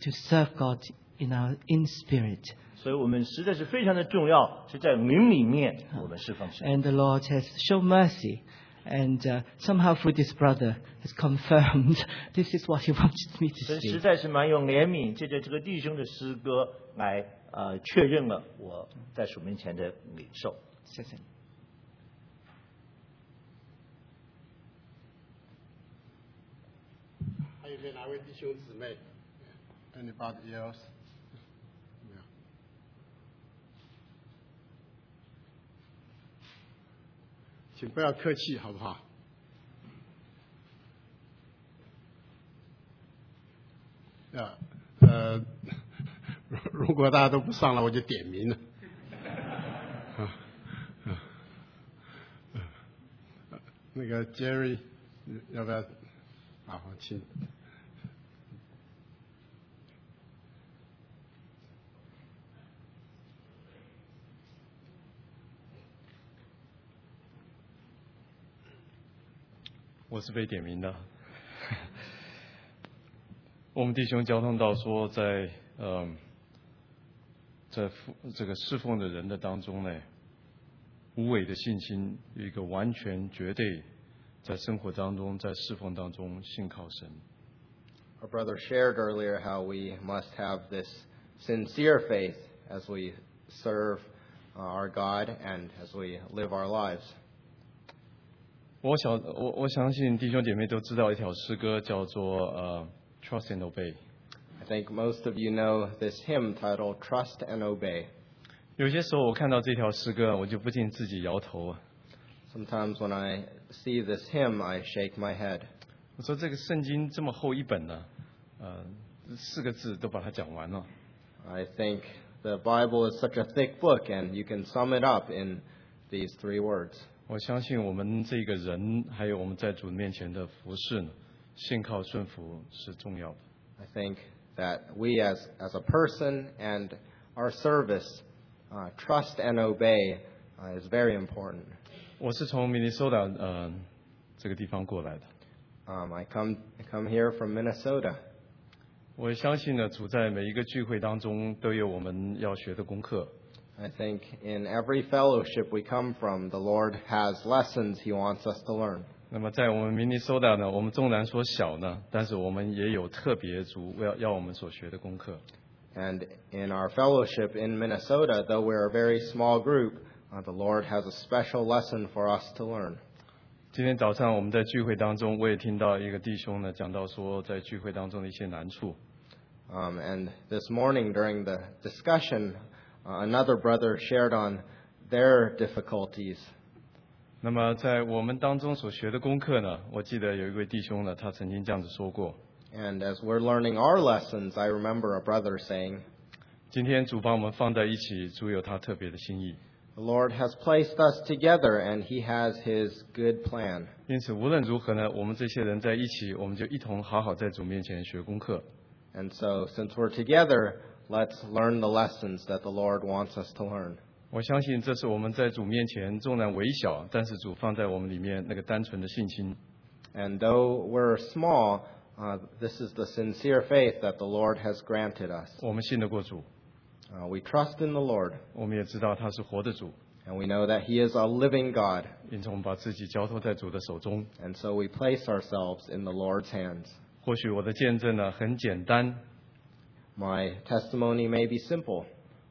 to serve God in our in spirit.
所以我们实在是非常的重要，是在灵里面我们释放神。
And the Lord has shown mercy. And uh, somehow through this brother has confirmed this is what he wants me to
所以实
say.
在是蛮有怜悯，借着这个弟兄的诗歌来呃确认了我在主面前的领受。
还有没有哪位弟兄姊妹？Anybody else？没有。请不要客气，好不好？啊，呃， 如果大家都不上来，我就点名 了。啊啊啊！那个 Jerry，要不要？啊，请。
我是被点名的。 我们弟兄交通到说在，嗯，在服这个侍奉的人的当中呢，无伪的信心有一个完全绝对，在生活当中，在侍奉当中信靠神。
Our brother shared earlier how we must have this sincere faith as we serve uh, our God and as we live our lives.
我想，我我相信弟兄姐妹都知道一条诗歌叫做呃 “Trust and Obey”。
I think most of you know this hymn titled Trust and Obey.
有些时候我看到这条诗歌啊，我就不禁自己摇头啊。
Sometimes when I see this hymn, I shake my head.
我说这个圣经这么厚一本呢、呃，四个字都把它讲完了。
I think the Bible is such a thick book, and you can sum it up in these three words.
我相信我们这个人，还有我们在主面前的服侍呢，信靠顺服是重要的。
I think that we as, as a person and our service, uh, trust and obey, uh, is very important.
我是从 Minnesota 呃这个地方过来的，
Um, I come, I come here from Minnesota.
我相信呢，主在每一个聚会当中都有我们要学的功课。
I think in every fellowship we come from, the Lord has lessons He wants us to learn.
那么在我们 Minnesota 呢，我们纵然说小呢，但是我们也有特别足要要我们所学的功课。
And in our fellowship in Minnesota, though we're a very small group, uh, the Lord has a special lesson for us to learn.
今天早上我们在聚会当中，我也听到一个弟兄呢讲到说，在聚会当中的一些难处。
Um, and this morning during the discussion, uh, another brother shared on their difficulties.
那么在我们当中所学的功课呢，我记得有一位弟兄呢，他曾经这样子说过：
And as we're learning our lessons, I remember a brother saying,
今天主把我们放在一起，主有他特别的心意。
The Lord has placed us together and He has His good plan.
因此无论如何呢，我们这些人在一起，我们就一同好好在主面前学功课。
And so, since we're together, let's learn the lessons that the Lord wants us to learn.
我相信这是我们在主面前纵然微小，但是主放在我们里面那个单纯的信心。
And though we're small, uh, this is the sincere faith that the Lord has granted us.
我们信得过主，
Uh, we trust in the Lord,
我们也知道他是活的主，
and we know that He is a living God.
因此我们把自己交托在主的手中。
And so we place ourselves in the Lord's hands.
或许我的见证呢很简单，
My testimony may be simple,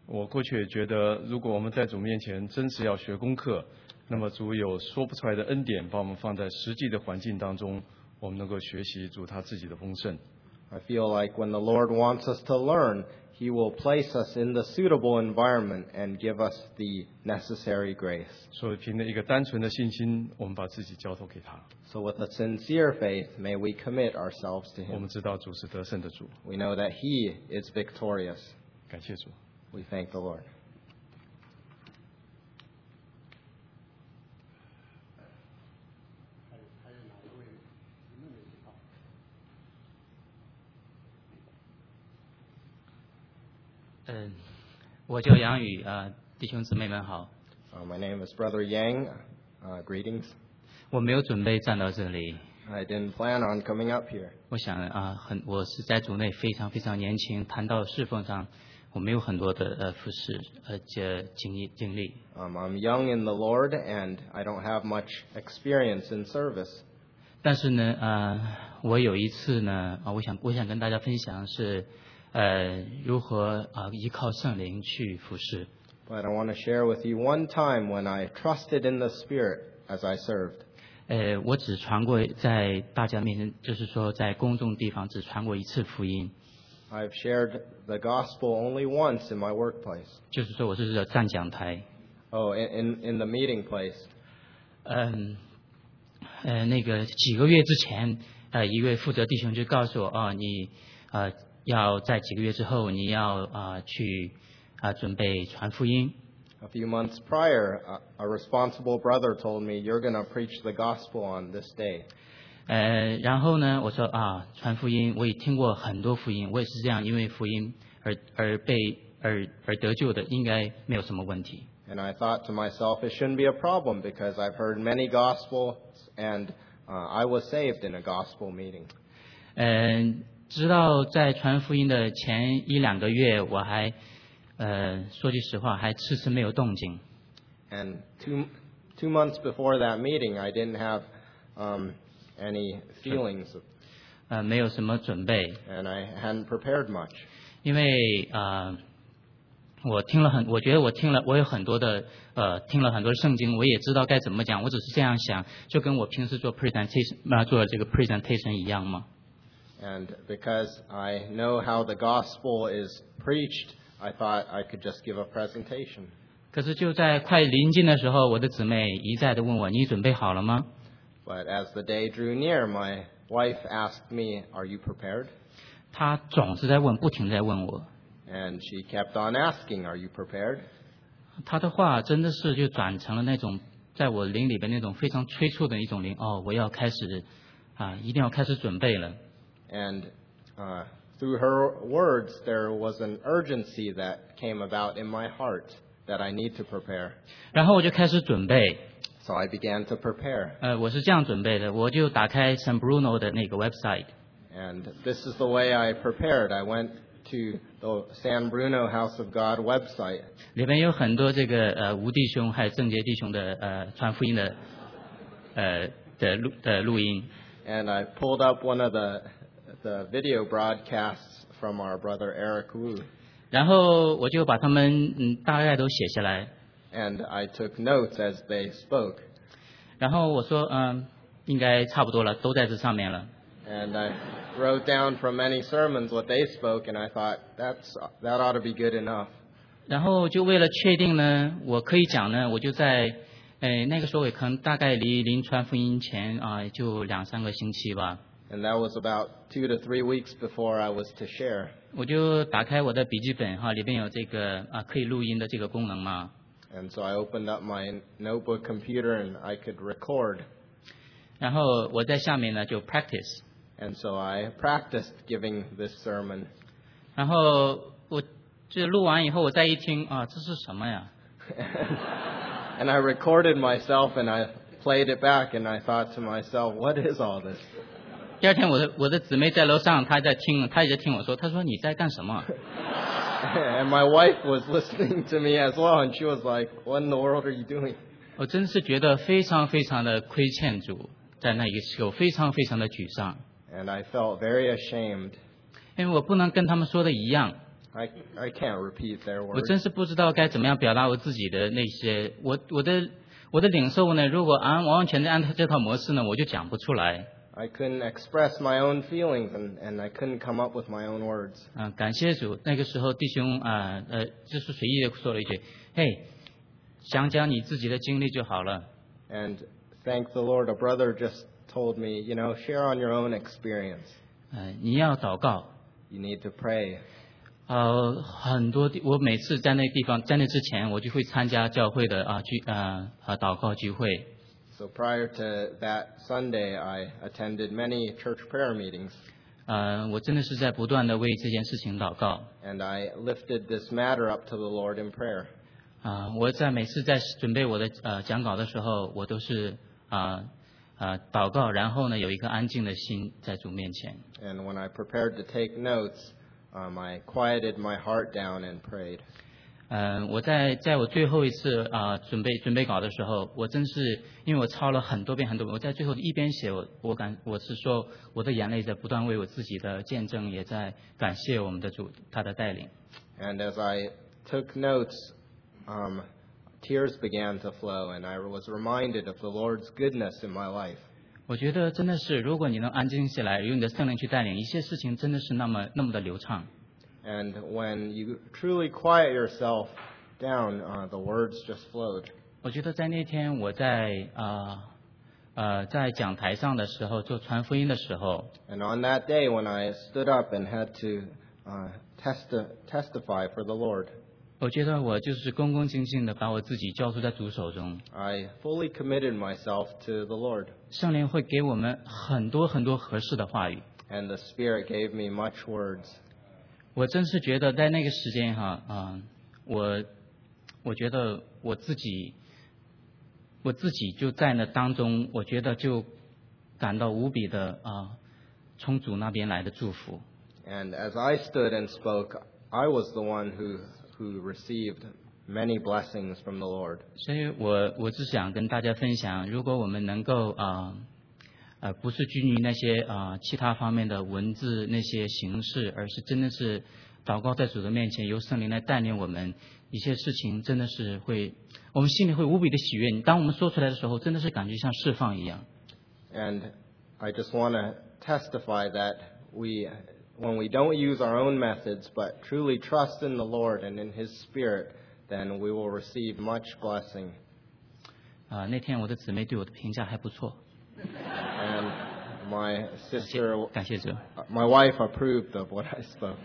我过去也觉得，如果我们在主面前真是要学功课，那么主有说不出来的恩典，把我们放在实际的环境当中，我们能够学习主他自己的丰盛。
I feel like when the Lord wants us to learn, He will place us in the suitable environment and give us the necessary grace.
所以凭着一个单纯的信心，我们把自己交托给他。
So, with a sincere faith, may we commit ourselves to
我
Him.
们知道主是得胜的主，
We know that He is victorious.
感谢主。
We thank the Lord.
嗯，我叫杨宇啊、呃弟兄姊妹们好，
Uh, my name is Brother Yang. Uh, greetings.
我没有准备站到这里，
I didn't plan on coming up here.
我想啊、呃很我是在组内非常非常年轻，谈到侍奉上，我没有很多的呃服侍呃这经历经历，
Um, I'm young in the Lord, and I don't have much experience in service.
但是呢呃我有一次呢啊、我想我想跟大家分享是呃如何啊、依靠圣灵去服侍。
But I want to share with you one time when I trusted in the Spirit as I served.
呃，我只传过在大家面前，就是说在公众地方只传过一次福音，
I've shared the gospel only once in my workplace.
就是说我是站讲台，
Oh, in, in, in the meeting place.
嗯，呃，那个几个月之前，呃，一位负责弟兄就告诉我，啊、你呃要在几个月之后，你要啊、去啊、准备传福音。
A few months prior, a, a responsible brother told me, You're going to preach the gospel on this day.
呃，然后呢，我说啊，传福音，我也听过很多福音，我也是这样，因为福音而而被而而得救的，应该没有什么问题。
And I thought to myself, it shouldn't be a problem because I've heard many gospels and uh, I was saved in a gospel meeting.
嗯、直到在传福音的前一两个月，我还呃说句实话，还迟迟没有动静。
And two, two months before that meeting, I didn't have um, any feelings
呃，没有什么准备，
and I hadn't prepared much.
因为呃，我听了很，我觉得我听了，我有很多的呃，听了很多圣经，我也知道该怎么讲，呃我只是这样想，就跟我平时做 presentation 啊、做这个 presentation 一样嘛。
And because I know how the gospel is preached, I thought I could just give a presentation.
可是就在快临近的时候，我的姊妹一再的问我：“你准备好了吗
But as the day drew near, my wife asked me, Are you prepared?？”
她总是在问，不停地在问我。
And she kept on asking, Are you prepared?
她的话真的是就转成了那种在我灵里边那种非常催促的一种灵。哦，我要开始啊，一定要开始准备了。
And uh, through her words, there was an urgency that came about in my heart that I need to prepare.
然后我就开始准备。
So I began to prepare.
呃，我是这样准备的，我就打开 San Bruno 的那个 website，
And this is the way I prepared. I went to the San Bruno House of God website,
里面有很多这个呃吴弟兄还有郑杰弟兄的呃传福音的呃的录的录音，
and I pulled up one of the, the video broadcasts from our brother Eric Wu.
然后我就把他们嗯大概都写下来，
And I took notes as they spoke.
然后我说嗯、应该差不多了，都在这上面了。
And I wrote down from many sermons what they spoke, and I thought that's that ought to be good enough.
然后就为了确定呢，我可以讲呢，我就在呃那个时候也可能大概离临传福音前啊、就两三个星期吧，
And that was about two to three weeks before I was to share.
我就打开我的笔记本哈，里面有这个啊可以录音的这个功能嘛，
And so I opened up my notebook computer and I could record.
然后我在下面呢就 practice，
And so I practiced giving this sermon.
然后我这录完以后我再一听啊这是什么呀？
and I recorded myself and I played it back and I thought to myself, what is all this?
第二天我的我的姊妹在楼上，她在听，她也在听我说，她说你在干什么？
and my wife was listening to me as well and she was like, what in the world are you doing?
我真是觉得非常非常的亏欠主，在那一个时候非常非常的沮丧，
And I felt very ashamed.
因为我不能跟他们说的一样，
I, I can't repeat their
我
words.
真是不知道该怎么样表达我自己的那些我我的我的领受呢。如果按完完全全按照这套模式呢，我就讲不出来。
I couldn't express my own feelings and, and I couldn't come up with my own words.
嗯、感谢主，那个时候弟兄啊呃就是随意的说了一句，嘿，讲讲你自己的经历就好了。
And thank the Lord, a brother just told me, you know, share on your own experience.
呃，你要祷告，
You need to pray.
呃，很多地，我每次在那地方，在那之前，我就会参加教会的啊聚啊啊祷告聚会。
So prior to that Sunday, I attended many church prayer meetings,
呃，我真的是在不断的为这件事情祷告。
and I lifted this matter up to the Lord in prayer.
啊、我在每次在准备我的呃讲稿的时候，我都是啊啊、祷告，然后呢有一个安静的心在主面前。
And when I prepared to take notes, um, I quieted my heart down and prayed.
呃，我在在我最后一次啊、准备准备稿的时候，我真是因为我抄了很多遍很多遍，我在最后一边写我我感我是说我的眼泪在不断为我自己的见证，也在感谢我们的主他的带领。
And as I took notes, um, tears began to flow, and I was reminded of the Lord's goodness in my life.
我觉得真的是，如果你能安静下来，用你的圣灵去带领，一些事情真的是那么那么的流畅。
And when you truly quiet yourself down, uh, the words just flowed.
我觉得在那天我在啊呃在讲台上的时候，做传福音的时候，
And on that day, when I stood up and had to uh, testi- testify for the Lord,
我觉得我就是恭恭敬敬的把我自己交出在主手中。
I fully committed myself to the Lord,
圣灵会给我们很多很多合适的话语。
and the Spirit gave me much words.
我真是觉得在那个时间哈，啊、我我觉得我自己我自己就在那当中，我觉得就感到无比的啊、从主那边来的祝福。
And as I stood and spoke, I was the one who, who received many blessings from the Lord.
所以我我只想跟大家分享，如果我们能够啊。呃，不是拘泥于那些啊、其他方面的文字那些形式，而是真的是祷告在主的面前，由圣灵来带领我们，一些事情真的是会，我们心里会无比的喜悦。当我们说出来的时候，真的是感觉像释放一样。
And I just want to testify that we when we don't use our own methods but truly trust in the Lord and in his spirit, then we will receive much blessing.
啊、那天我的姊妹对我的评价还不错，
And my
感谢
sister
感谢主。
my wife approved of what I spoke.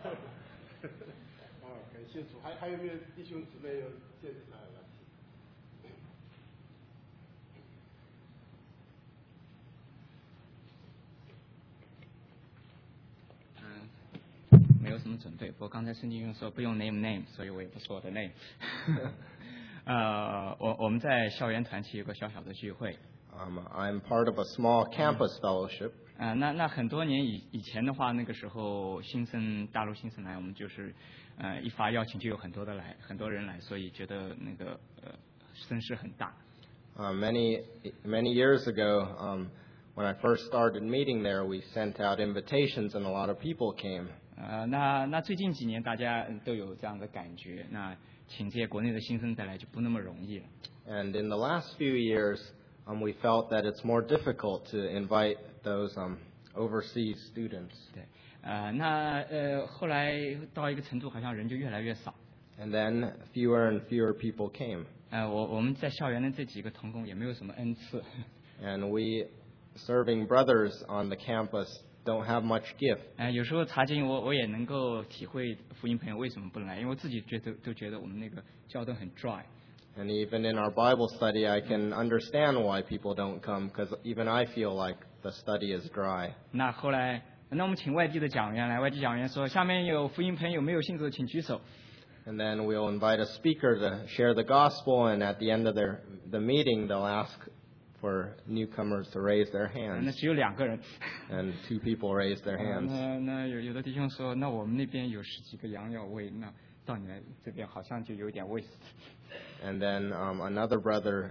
啊，感谢主。还还有没有弟兄姊妹有见识来了？
嗯，没有什么准备。不过刚才圣经用说不用 name name，所以我也不说我的 name。呃，我我们在校园团契有个小小的聚会。
Um, I'm part of a small campus fellowship.
啊、那那很多年以以前的话，那个时候新生大陆新生来，我们就是，呃，一发邀请就有很多的来，很多人来，所以觉得那个呃声势很大。
Uh, many many years ago, um, when I first started meeting there, we sent out invitations and a lot of people came.
呃，那那最近几年大家嗯都有这样的感觉，那请这些国内的新生再来就不那么容易了。
And in the last few years, um, we felt that it's more difficult to invite those um, overseas students.
对，呃，那呃后来到一个程度，好像人就越来越少。
And then fewer and fewer people came.
呃，我我们在校园的这几个童工也没有什么恩赐，
And we, serving brothers on the campus, don't have much gift.
呃，有时候查经我我也能够体会福音朋友为什么不能来，因为我自己觉得都觉得我们那个教都很 dry。
And even in our Bible study, I can understand why people don't come because even I feel like the study is dry.
那后来，那我们请外地的讲员来，外地讲员说下面有福音朋友没有信主的请举手。
And then we'll invite a speaker to share the gospel, and at the end of their, the meeting, they'll ask for newcomers to raise their
呃那
hands.
只有两个人，
And two people raise their
呃
hands.
那那有有的弟兄说，那我们那边有十几个羊要喂，那到你来这边好像就有点 waste。
And then um, another brother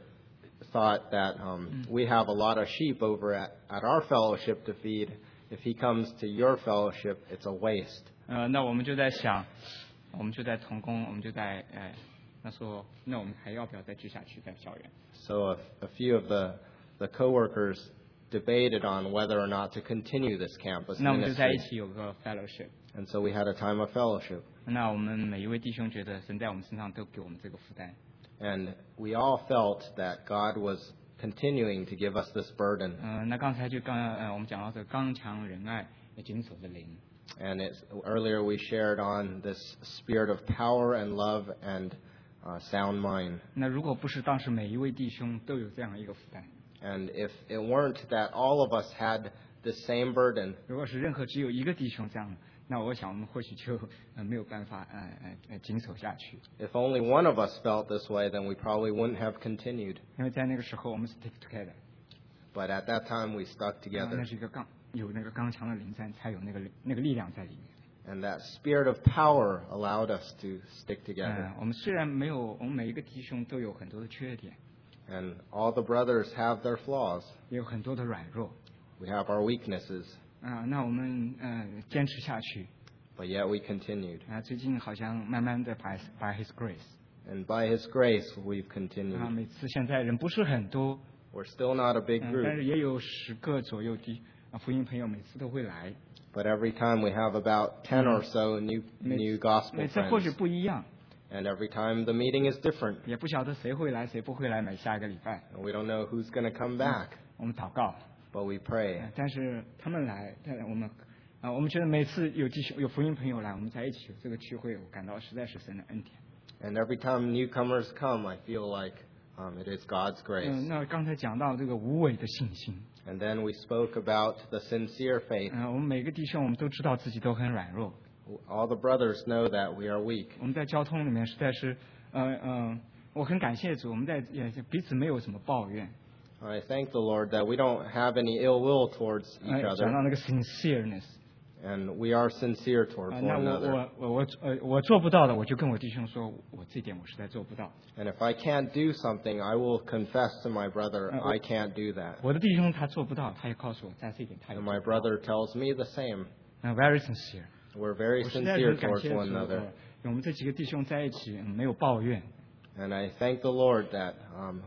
thought that um, we have a lot of sheep over at, at our fellowship to feed. If he comes to your fellowship, it's a waste.
呃，那我们就在想，我们就在童工，我们就在呃，那说，那我们还要不要再继续下去在校园？
So a, a few of the, the coworkers debated on whether or not to continue this campus
那我们就在
ministry.
一起有个 fellowship。
And so we had a time of fellowship.
那我们每一位弟兄觉得神在我们身上都给我们这个负担，
And we all felt that God was continuing to give us this burden.
嗯、那刚才就刚呃我们讲到这个刚强仁爱要谨守的灵，
And it's, earlier we shared on this spirit of power and love and uh, sound mind.
那如果不是当时每一位弟兄都有这样一个负担，
And if it weren't that all of us had the same burden,
如果是任何只有一个弟兄这样的，那我想我们或许就呃没有办法呃呃呃谨守下去，
if only one of us felt this way, then we probably wouldn't have continued.
因为在那个时候我们是 stick together。
But at that time, we stuck
啊那
together.
是一个刚有那个刚强的灵山，才有那个力那个力量在里面。
And that spirit of power allowed us to stick
嗯、
together.
我们虽然没有，我们每一个弟兄都有很多的缺点，
And all the brothers have their flaws.
也有很多的软弱，
We have our weaknesses.
啊、那我们呃坚持下去，
But yet we continued.
啊、最近好像慢慢的 by by His grace，
And by His grace, we've
啊、
continued.
每次现在人不是很多，
We're still not a big
嗯、但
group,
是也有十个左右的啊、福音朋友每次都会来，
but every time we have about 10 or so new,
每
new gospel
每次或许
friends.
不一样，
And every time the meeting is different.
也不晓得谁会来谁不会来，每下一个礼拜
And we don't know who's going to come back,
我们祷告。
but we pray.
但是他们来，但我们啊、我们觉得每次有弟兄、有福音朋友来，我们在一起有这个聚会，我感到实在是神的恩典。
And every time newcomers come, I feel like um, it is God's
嗯、
grace.
那刚才讲到这个无伪的信心，
And then we spoke about the sincere faith.
嗯、我们每个弟兄，我们都知道自己都很软弱，
All the brothers know that we are weak.
我们在交通里面实在是，呃呃，我很感谢主，我们在也彼此没有什么抱怨。
I thank the Lord that we don't have any ill will towards
呃
each，
讲到
other,
那个 sincereness，
and we are sincere
啊、
towards
那
one
我
another.
我我我呃我做不到的，我就跟我弟兄说，我这点我实在做不到。
And if I can't do something, I will confess to my brother,
Uh,
I can't do that.
我的弟兄他做不到，他也告诉我，在这一点他也
And
做不到。
my brother tells me the same.
嗯、v e r y sincere。
We're very
我实在是
sincere
感
towards
谢主
one another.
我们这几个弟兄在一起、嗯没有抱怨，
And I thank the Lord that um,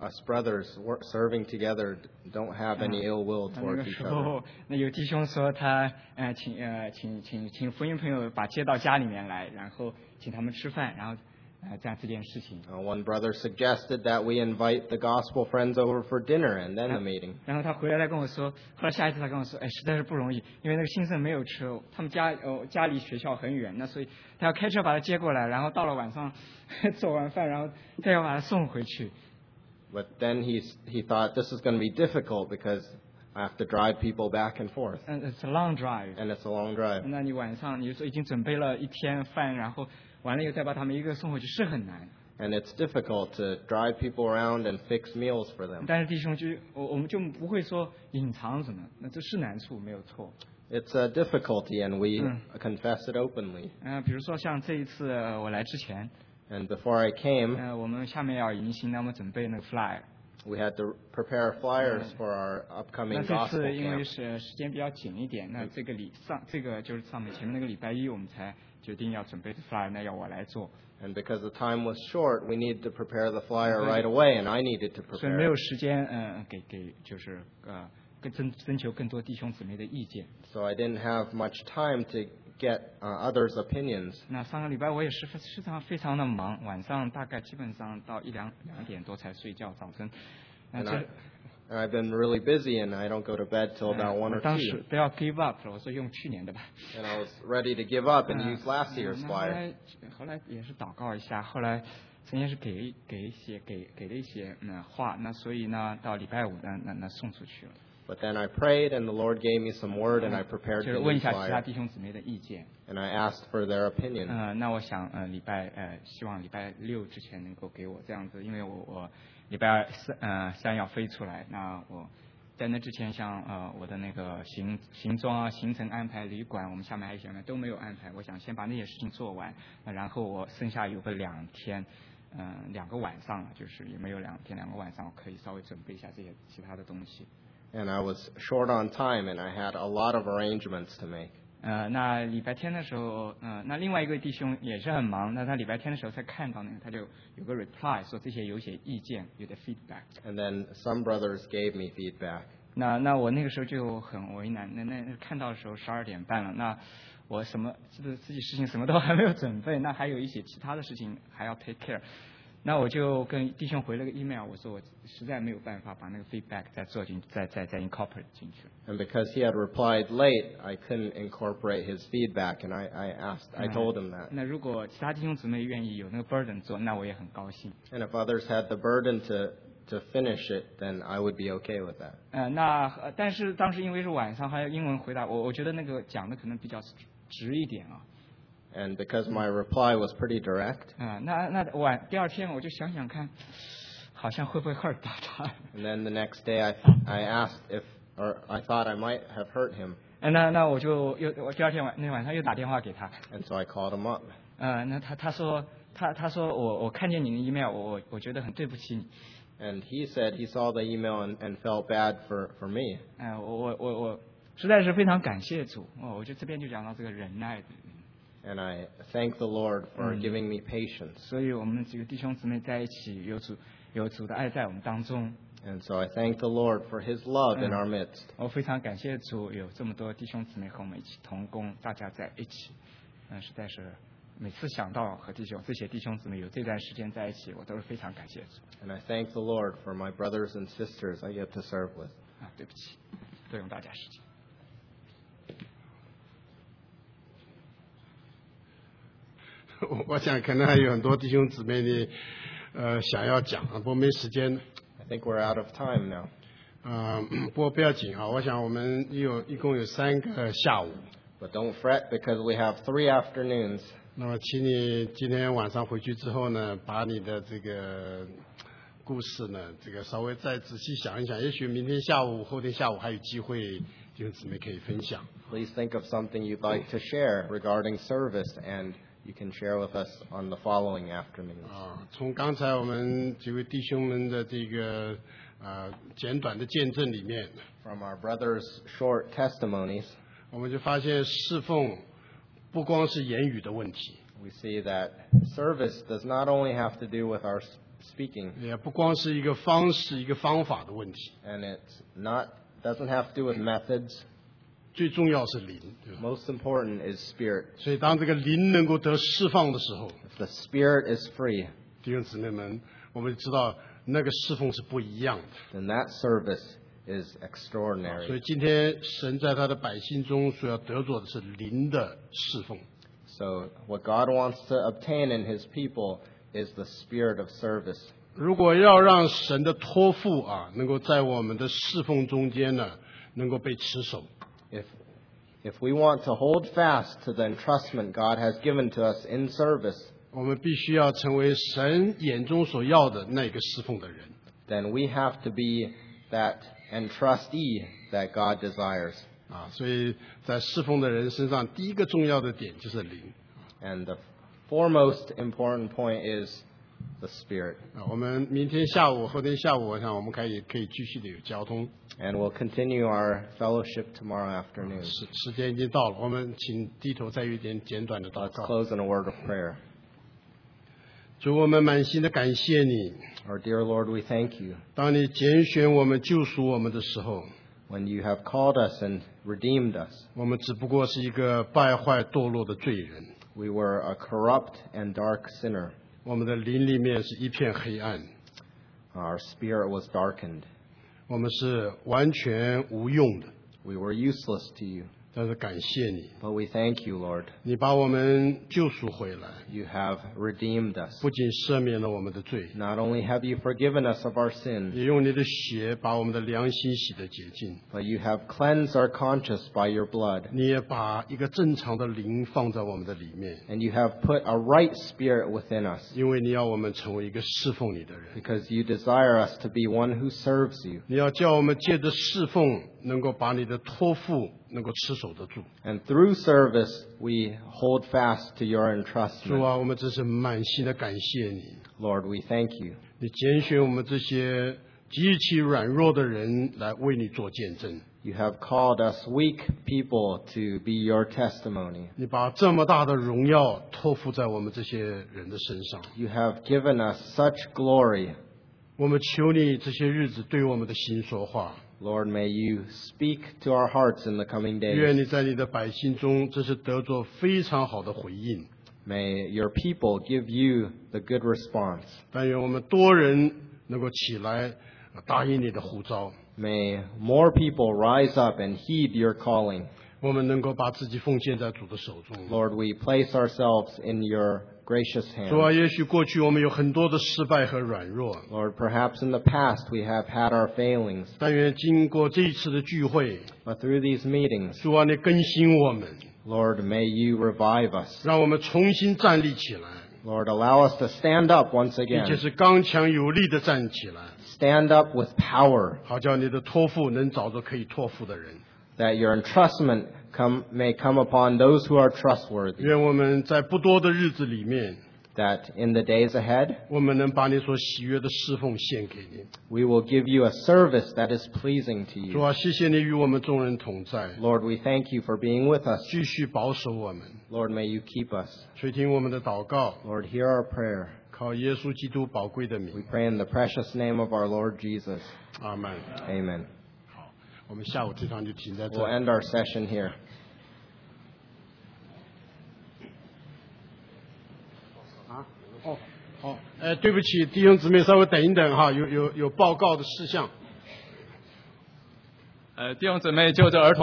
us brothers wor- serving together don't have any ill will
他那
towards
个
each
时
other.
候，那有弟兄说他，呃，请呃请请请福音朋友把接到家里面来，然后请他们吃饭，然后呃这样这件事情。
Uh, one brother suggested that we invite the gospel friends over for dinner and then the meeting.
然后他回来来跟我说，后来下一次他跟我说，哎，实在是不容易，因为那个新生没有车，他们家哦家离学校很远，那所以他要开车把他接过来，然后到了晚上 做完饭，然后再要把他送回去。
But then he s- he thought this is going to be difficult because I have to drive people back and forth
嗯，it's a long drive。
and it's a long drive.
那你晚上你说已经准备了一天饭，然后完了以后再把他们一个送回去是很难。
And it's difficult to drive people around and fix meals for them.
但是弟兄就我我们就不会说隐藏什么，那这是难处没有错。
It's a difficulty, and we
Mm.
confess it openly.
嗯、比如说像这一次呃我来之前，
And before I came,
呃，我们下面要迎新，那我们准备那个 flyer。
we had to prepare flyers for our
那
upcoming
这
gospel
次因
camp.
为
嗯
是时间比较紧一点，那这个礼上这个就是上面前面那个礼拜一我们才决定要准备 flyer，那要我来做，
And because the time was short, we needed to prepare the flyer
Mhm.
right away, and I needed to
所以
prepare.
没有
It.
时间嗯、呃给给就是呃更征征求更多弟兄姊妹的意见。
So I didn't have much time to get uh, others' opinions.
那上个礼拜我也是非非常非常的忙，晚上大概基本上到一两两点多才睡觉，早晨。那
And,
这
I, and I've been really busy, and I don't go to bed till
呃
about one
我
or
当
two.
时都要 give up 了，我说用去年的吧。
And I was ready to give up
嗯
and use last
嗯
year's
那后
flyer.
来后来也是祷告一下，后来曾经是给一给一些给给了一些嗯话，那所以呢到礼拜五呢那那送出去了，
But then I prayed, and the Lord gave me some word, and I prepared
就
the
是问一
new
下其他
flyer,
弟兄姊妹的意见。
and I asked for their opinion.
呃，那我想呃礼拜呃希望礼拜六之前能够给我这样子，因为我我礼拜三呃三要飞出来，那我在那之前像呃我的那个行行装啊行程安排旅馆我们下面还有什么都没有安排，我想先把那些事情做完，那然后我剩下有个两天。嗯，两个晚上了，就是也没有两天，两个晚上我可以稍微准备一下这些其他的东西。
and I was short on time and I had a lot of arrangements to make.
呃，那礼拜天的时候，呃，那另外一个弟兄也是很忙，那他礼拜天的时候才看到那个，他就有个 reply 说这些有些意见，有点 feedback。
And then some brothers gave me feedback.
那那我那个时候就很为难，那那那看到的时候十二点半了，那我什么这个自己事情什么都还没有准备，那还有一些其他的事情还要 take care。那我就跟弟兄回了个 email，我说我实在没有办法把那个 feedback 再做进，再再再 incorporate 进去。
And because he had replied late, I couldn't incorporate his feedback and I, I asked, I told him that.
那如果其他弟兄姊妹愿意有那个 burden 做，那我也很高兴。
And if others had the burden to, to finish it, then I would be okay with that.
呃，那呃但是当时因为是晚上，还有英文回答，我我觉得那个讲的可能比较直一点啊。
And because my reply was pretty direct,
啊、那那晚第二天我就想想看，好像会不会 hurt 到他？
and then the next day I, I asked if, or I thought I might have hurt him.
呃那那我就又我第二天晚那晚上又打电话给他，
And so I called him up.
呃，那他他说他他说我我看见你的 email，我我我觉得很对不起你，
And he said he saw the email and, and felt bad for, for me.
呃，我我我我实在是非常感谢主，哦，我就这边就讲到这个忍耐的。
And I thank the Lord for giving me patience.
所以我们几个弟兄姊妹在一起，有主有主的爱在我们当中，
And so I thank the Lord for his love in
Mm.
our midst.
我非常感谢主有这么多弟兄姊妹和我们一起同工，大家在一起，嗯，实在是每次想到和弟兄这些弟兄姊妹有这段时间在一起，我都是非常感谢主
And I thank the Lord for my brothers and sisters I get to serve with.
啊，对不起，对用大家时间。
我我想可能还有很多弟兄姊妹的呃想要讲，不过没时间。
I think we're out of time now.
啊、 不过不要紧啊，我想我们一有一共有三个下午，
But don't fret because we have three afternoons.
那么请你今天晚上回去之后呢，把你的这个故事呢，这个稍微再仔细想一想，也许明天下午、后天下午还有机会，弟兄姊妹可以分享。
Please think of something you'd like to share regarding service, and you can share with us on the following afternoons.
啊，从刚才我们几位弟兄们的这个啊简短的见证里面，
From our brothers' short testimonies,
我们就发现侍奉不光是言语的问题，
we see that service does not only have to do with our s- speaking.
也不光是一个方式、一个方法的问题，
And it's not doesn't have to do with methods.
最重要是灵。对吧
Most important is spirit.
所以，当这个灵能够得释放的时候，
If the spirit is free,
弟兄姊妹们，我们知道那个侍奉是不一样的。
then that service is
所以
extraordinary.
今天神在他的百姓中所要得着的是灵的侍奉。
So what God wants to obtain in his people is the spirit of service.
如果要让神的托付啊，能够在我们的侍奉中间呢，能够被持守，
If if we want to hold fast to the entrustment God has given to us in service,
我们必须要成为神眼中所要的那个侍奉的人。
then we have to be that entrustee that God desires.
啊，所以在侍奉的人身上，第一个重要的点就是灵
And the foremost important point is the spirit.
啊。我们明天下午、后天下午，我想我们可以可以继续的有交通，
And we'll continue our fellowship tomorrow afternoon.
时时间已经到了，我们请低头再有一点简短的祷
Let's
告。
close in a word of prayer.
主，我们满心的感谢你，
Our dear Lord, we thank you.
当你拣选我们、救赎我们的时候，
When you have called us and redeemed us,
我们只不过是一个败坏堕落的罪人，
we were a corrupt and dark sinner.
我们的灵里面是一片黑暗，
Our spirit was darkened.
我们是完全无用的。
We were useless to you.
但是感谢你，
But we thank you, Lord.
你把我们救赎回来，
You have redeemed us.
不仅赦免了我们的罪，
Not only have you forgiven us of our sin,
也用你的血把我们的良心洗得洁净，
but you have cleansed our conscience by your blood.
你也把一个正常的灵放在我们的里面，
And you have put a right spirit within us
因为你要我们成为一个侍奉你的人，
because you desire us to be one who serves you.
你要叫我们借着侍奉，能够把你的托付能够持守得住。
And through service, we hold fast to your
主
entrustment.
啊，我们真是满心的感谢你，
Lord, we thank you.
你拣选我们这些极其软弱的人来为你做见证，
You have called us weak people to be your testimony.
你把这么大的荣耀托付在我们这些人的身上。
You have given us such glory.
我们求你这些日子对我们的心说话。
Lord, may you speak to our hearts in the coming
愿
days.
你在你的百姓中，这是得着非常好的回应。
May your people give you the good response.
但愿我们多人能够起来，呃答应你的呼召。
May more people rise up and heed your calling.
我们能够把自己奉献在主的手中。
Lord, we place ourselves in your gracious
主啊，
hand.
也许过去我们有很多的失败和软弱，
Lord, perhaps in the past we have had our failings,
但愿经过这一次的聚会，
but through these meetings,
主啊，你更新我们，
Lord, may you revive us.
让我们重新站立起来，
Lord, allow us to stand up once
并且
again.
是刚强有力的站起来，
Stand up with power,
好叫你的托付能找着可以托付的人。
that your entrustment come, may come upon those who are trustworthy,
愿我们在不多的日子里面，
that in the days ahead
我们能把你所喜悦的侍奉献给你。
we will give you a service that is pleasing to
主
you.
啊，谢谢你与我们众人同在，
Lord, we thank you for being with us.
继续保守我们，
Lord, may you keep us.
垂听我们的祷告，
Lord, hear our prayer.
靠耶稣基督宝贵的
We
名，
pray in the precious name of our Lord Jesus.
阿门。
Amen.
我们下午这堂就停在这
We'll
里。
end our session here.
Oh, 好，哎，对不起，弟兄姊妹，稍微等一等哈，有有有报告的事项。
呃，弟兄姊妹，就着儿童。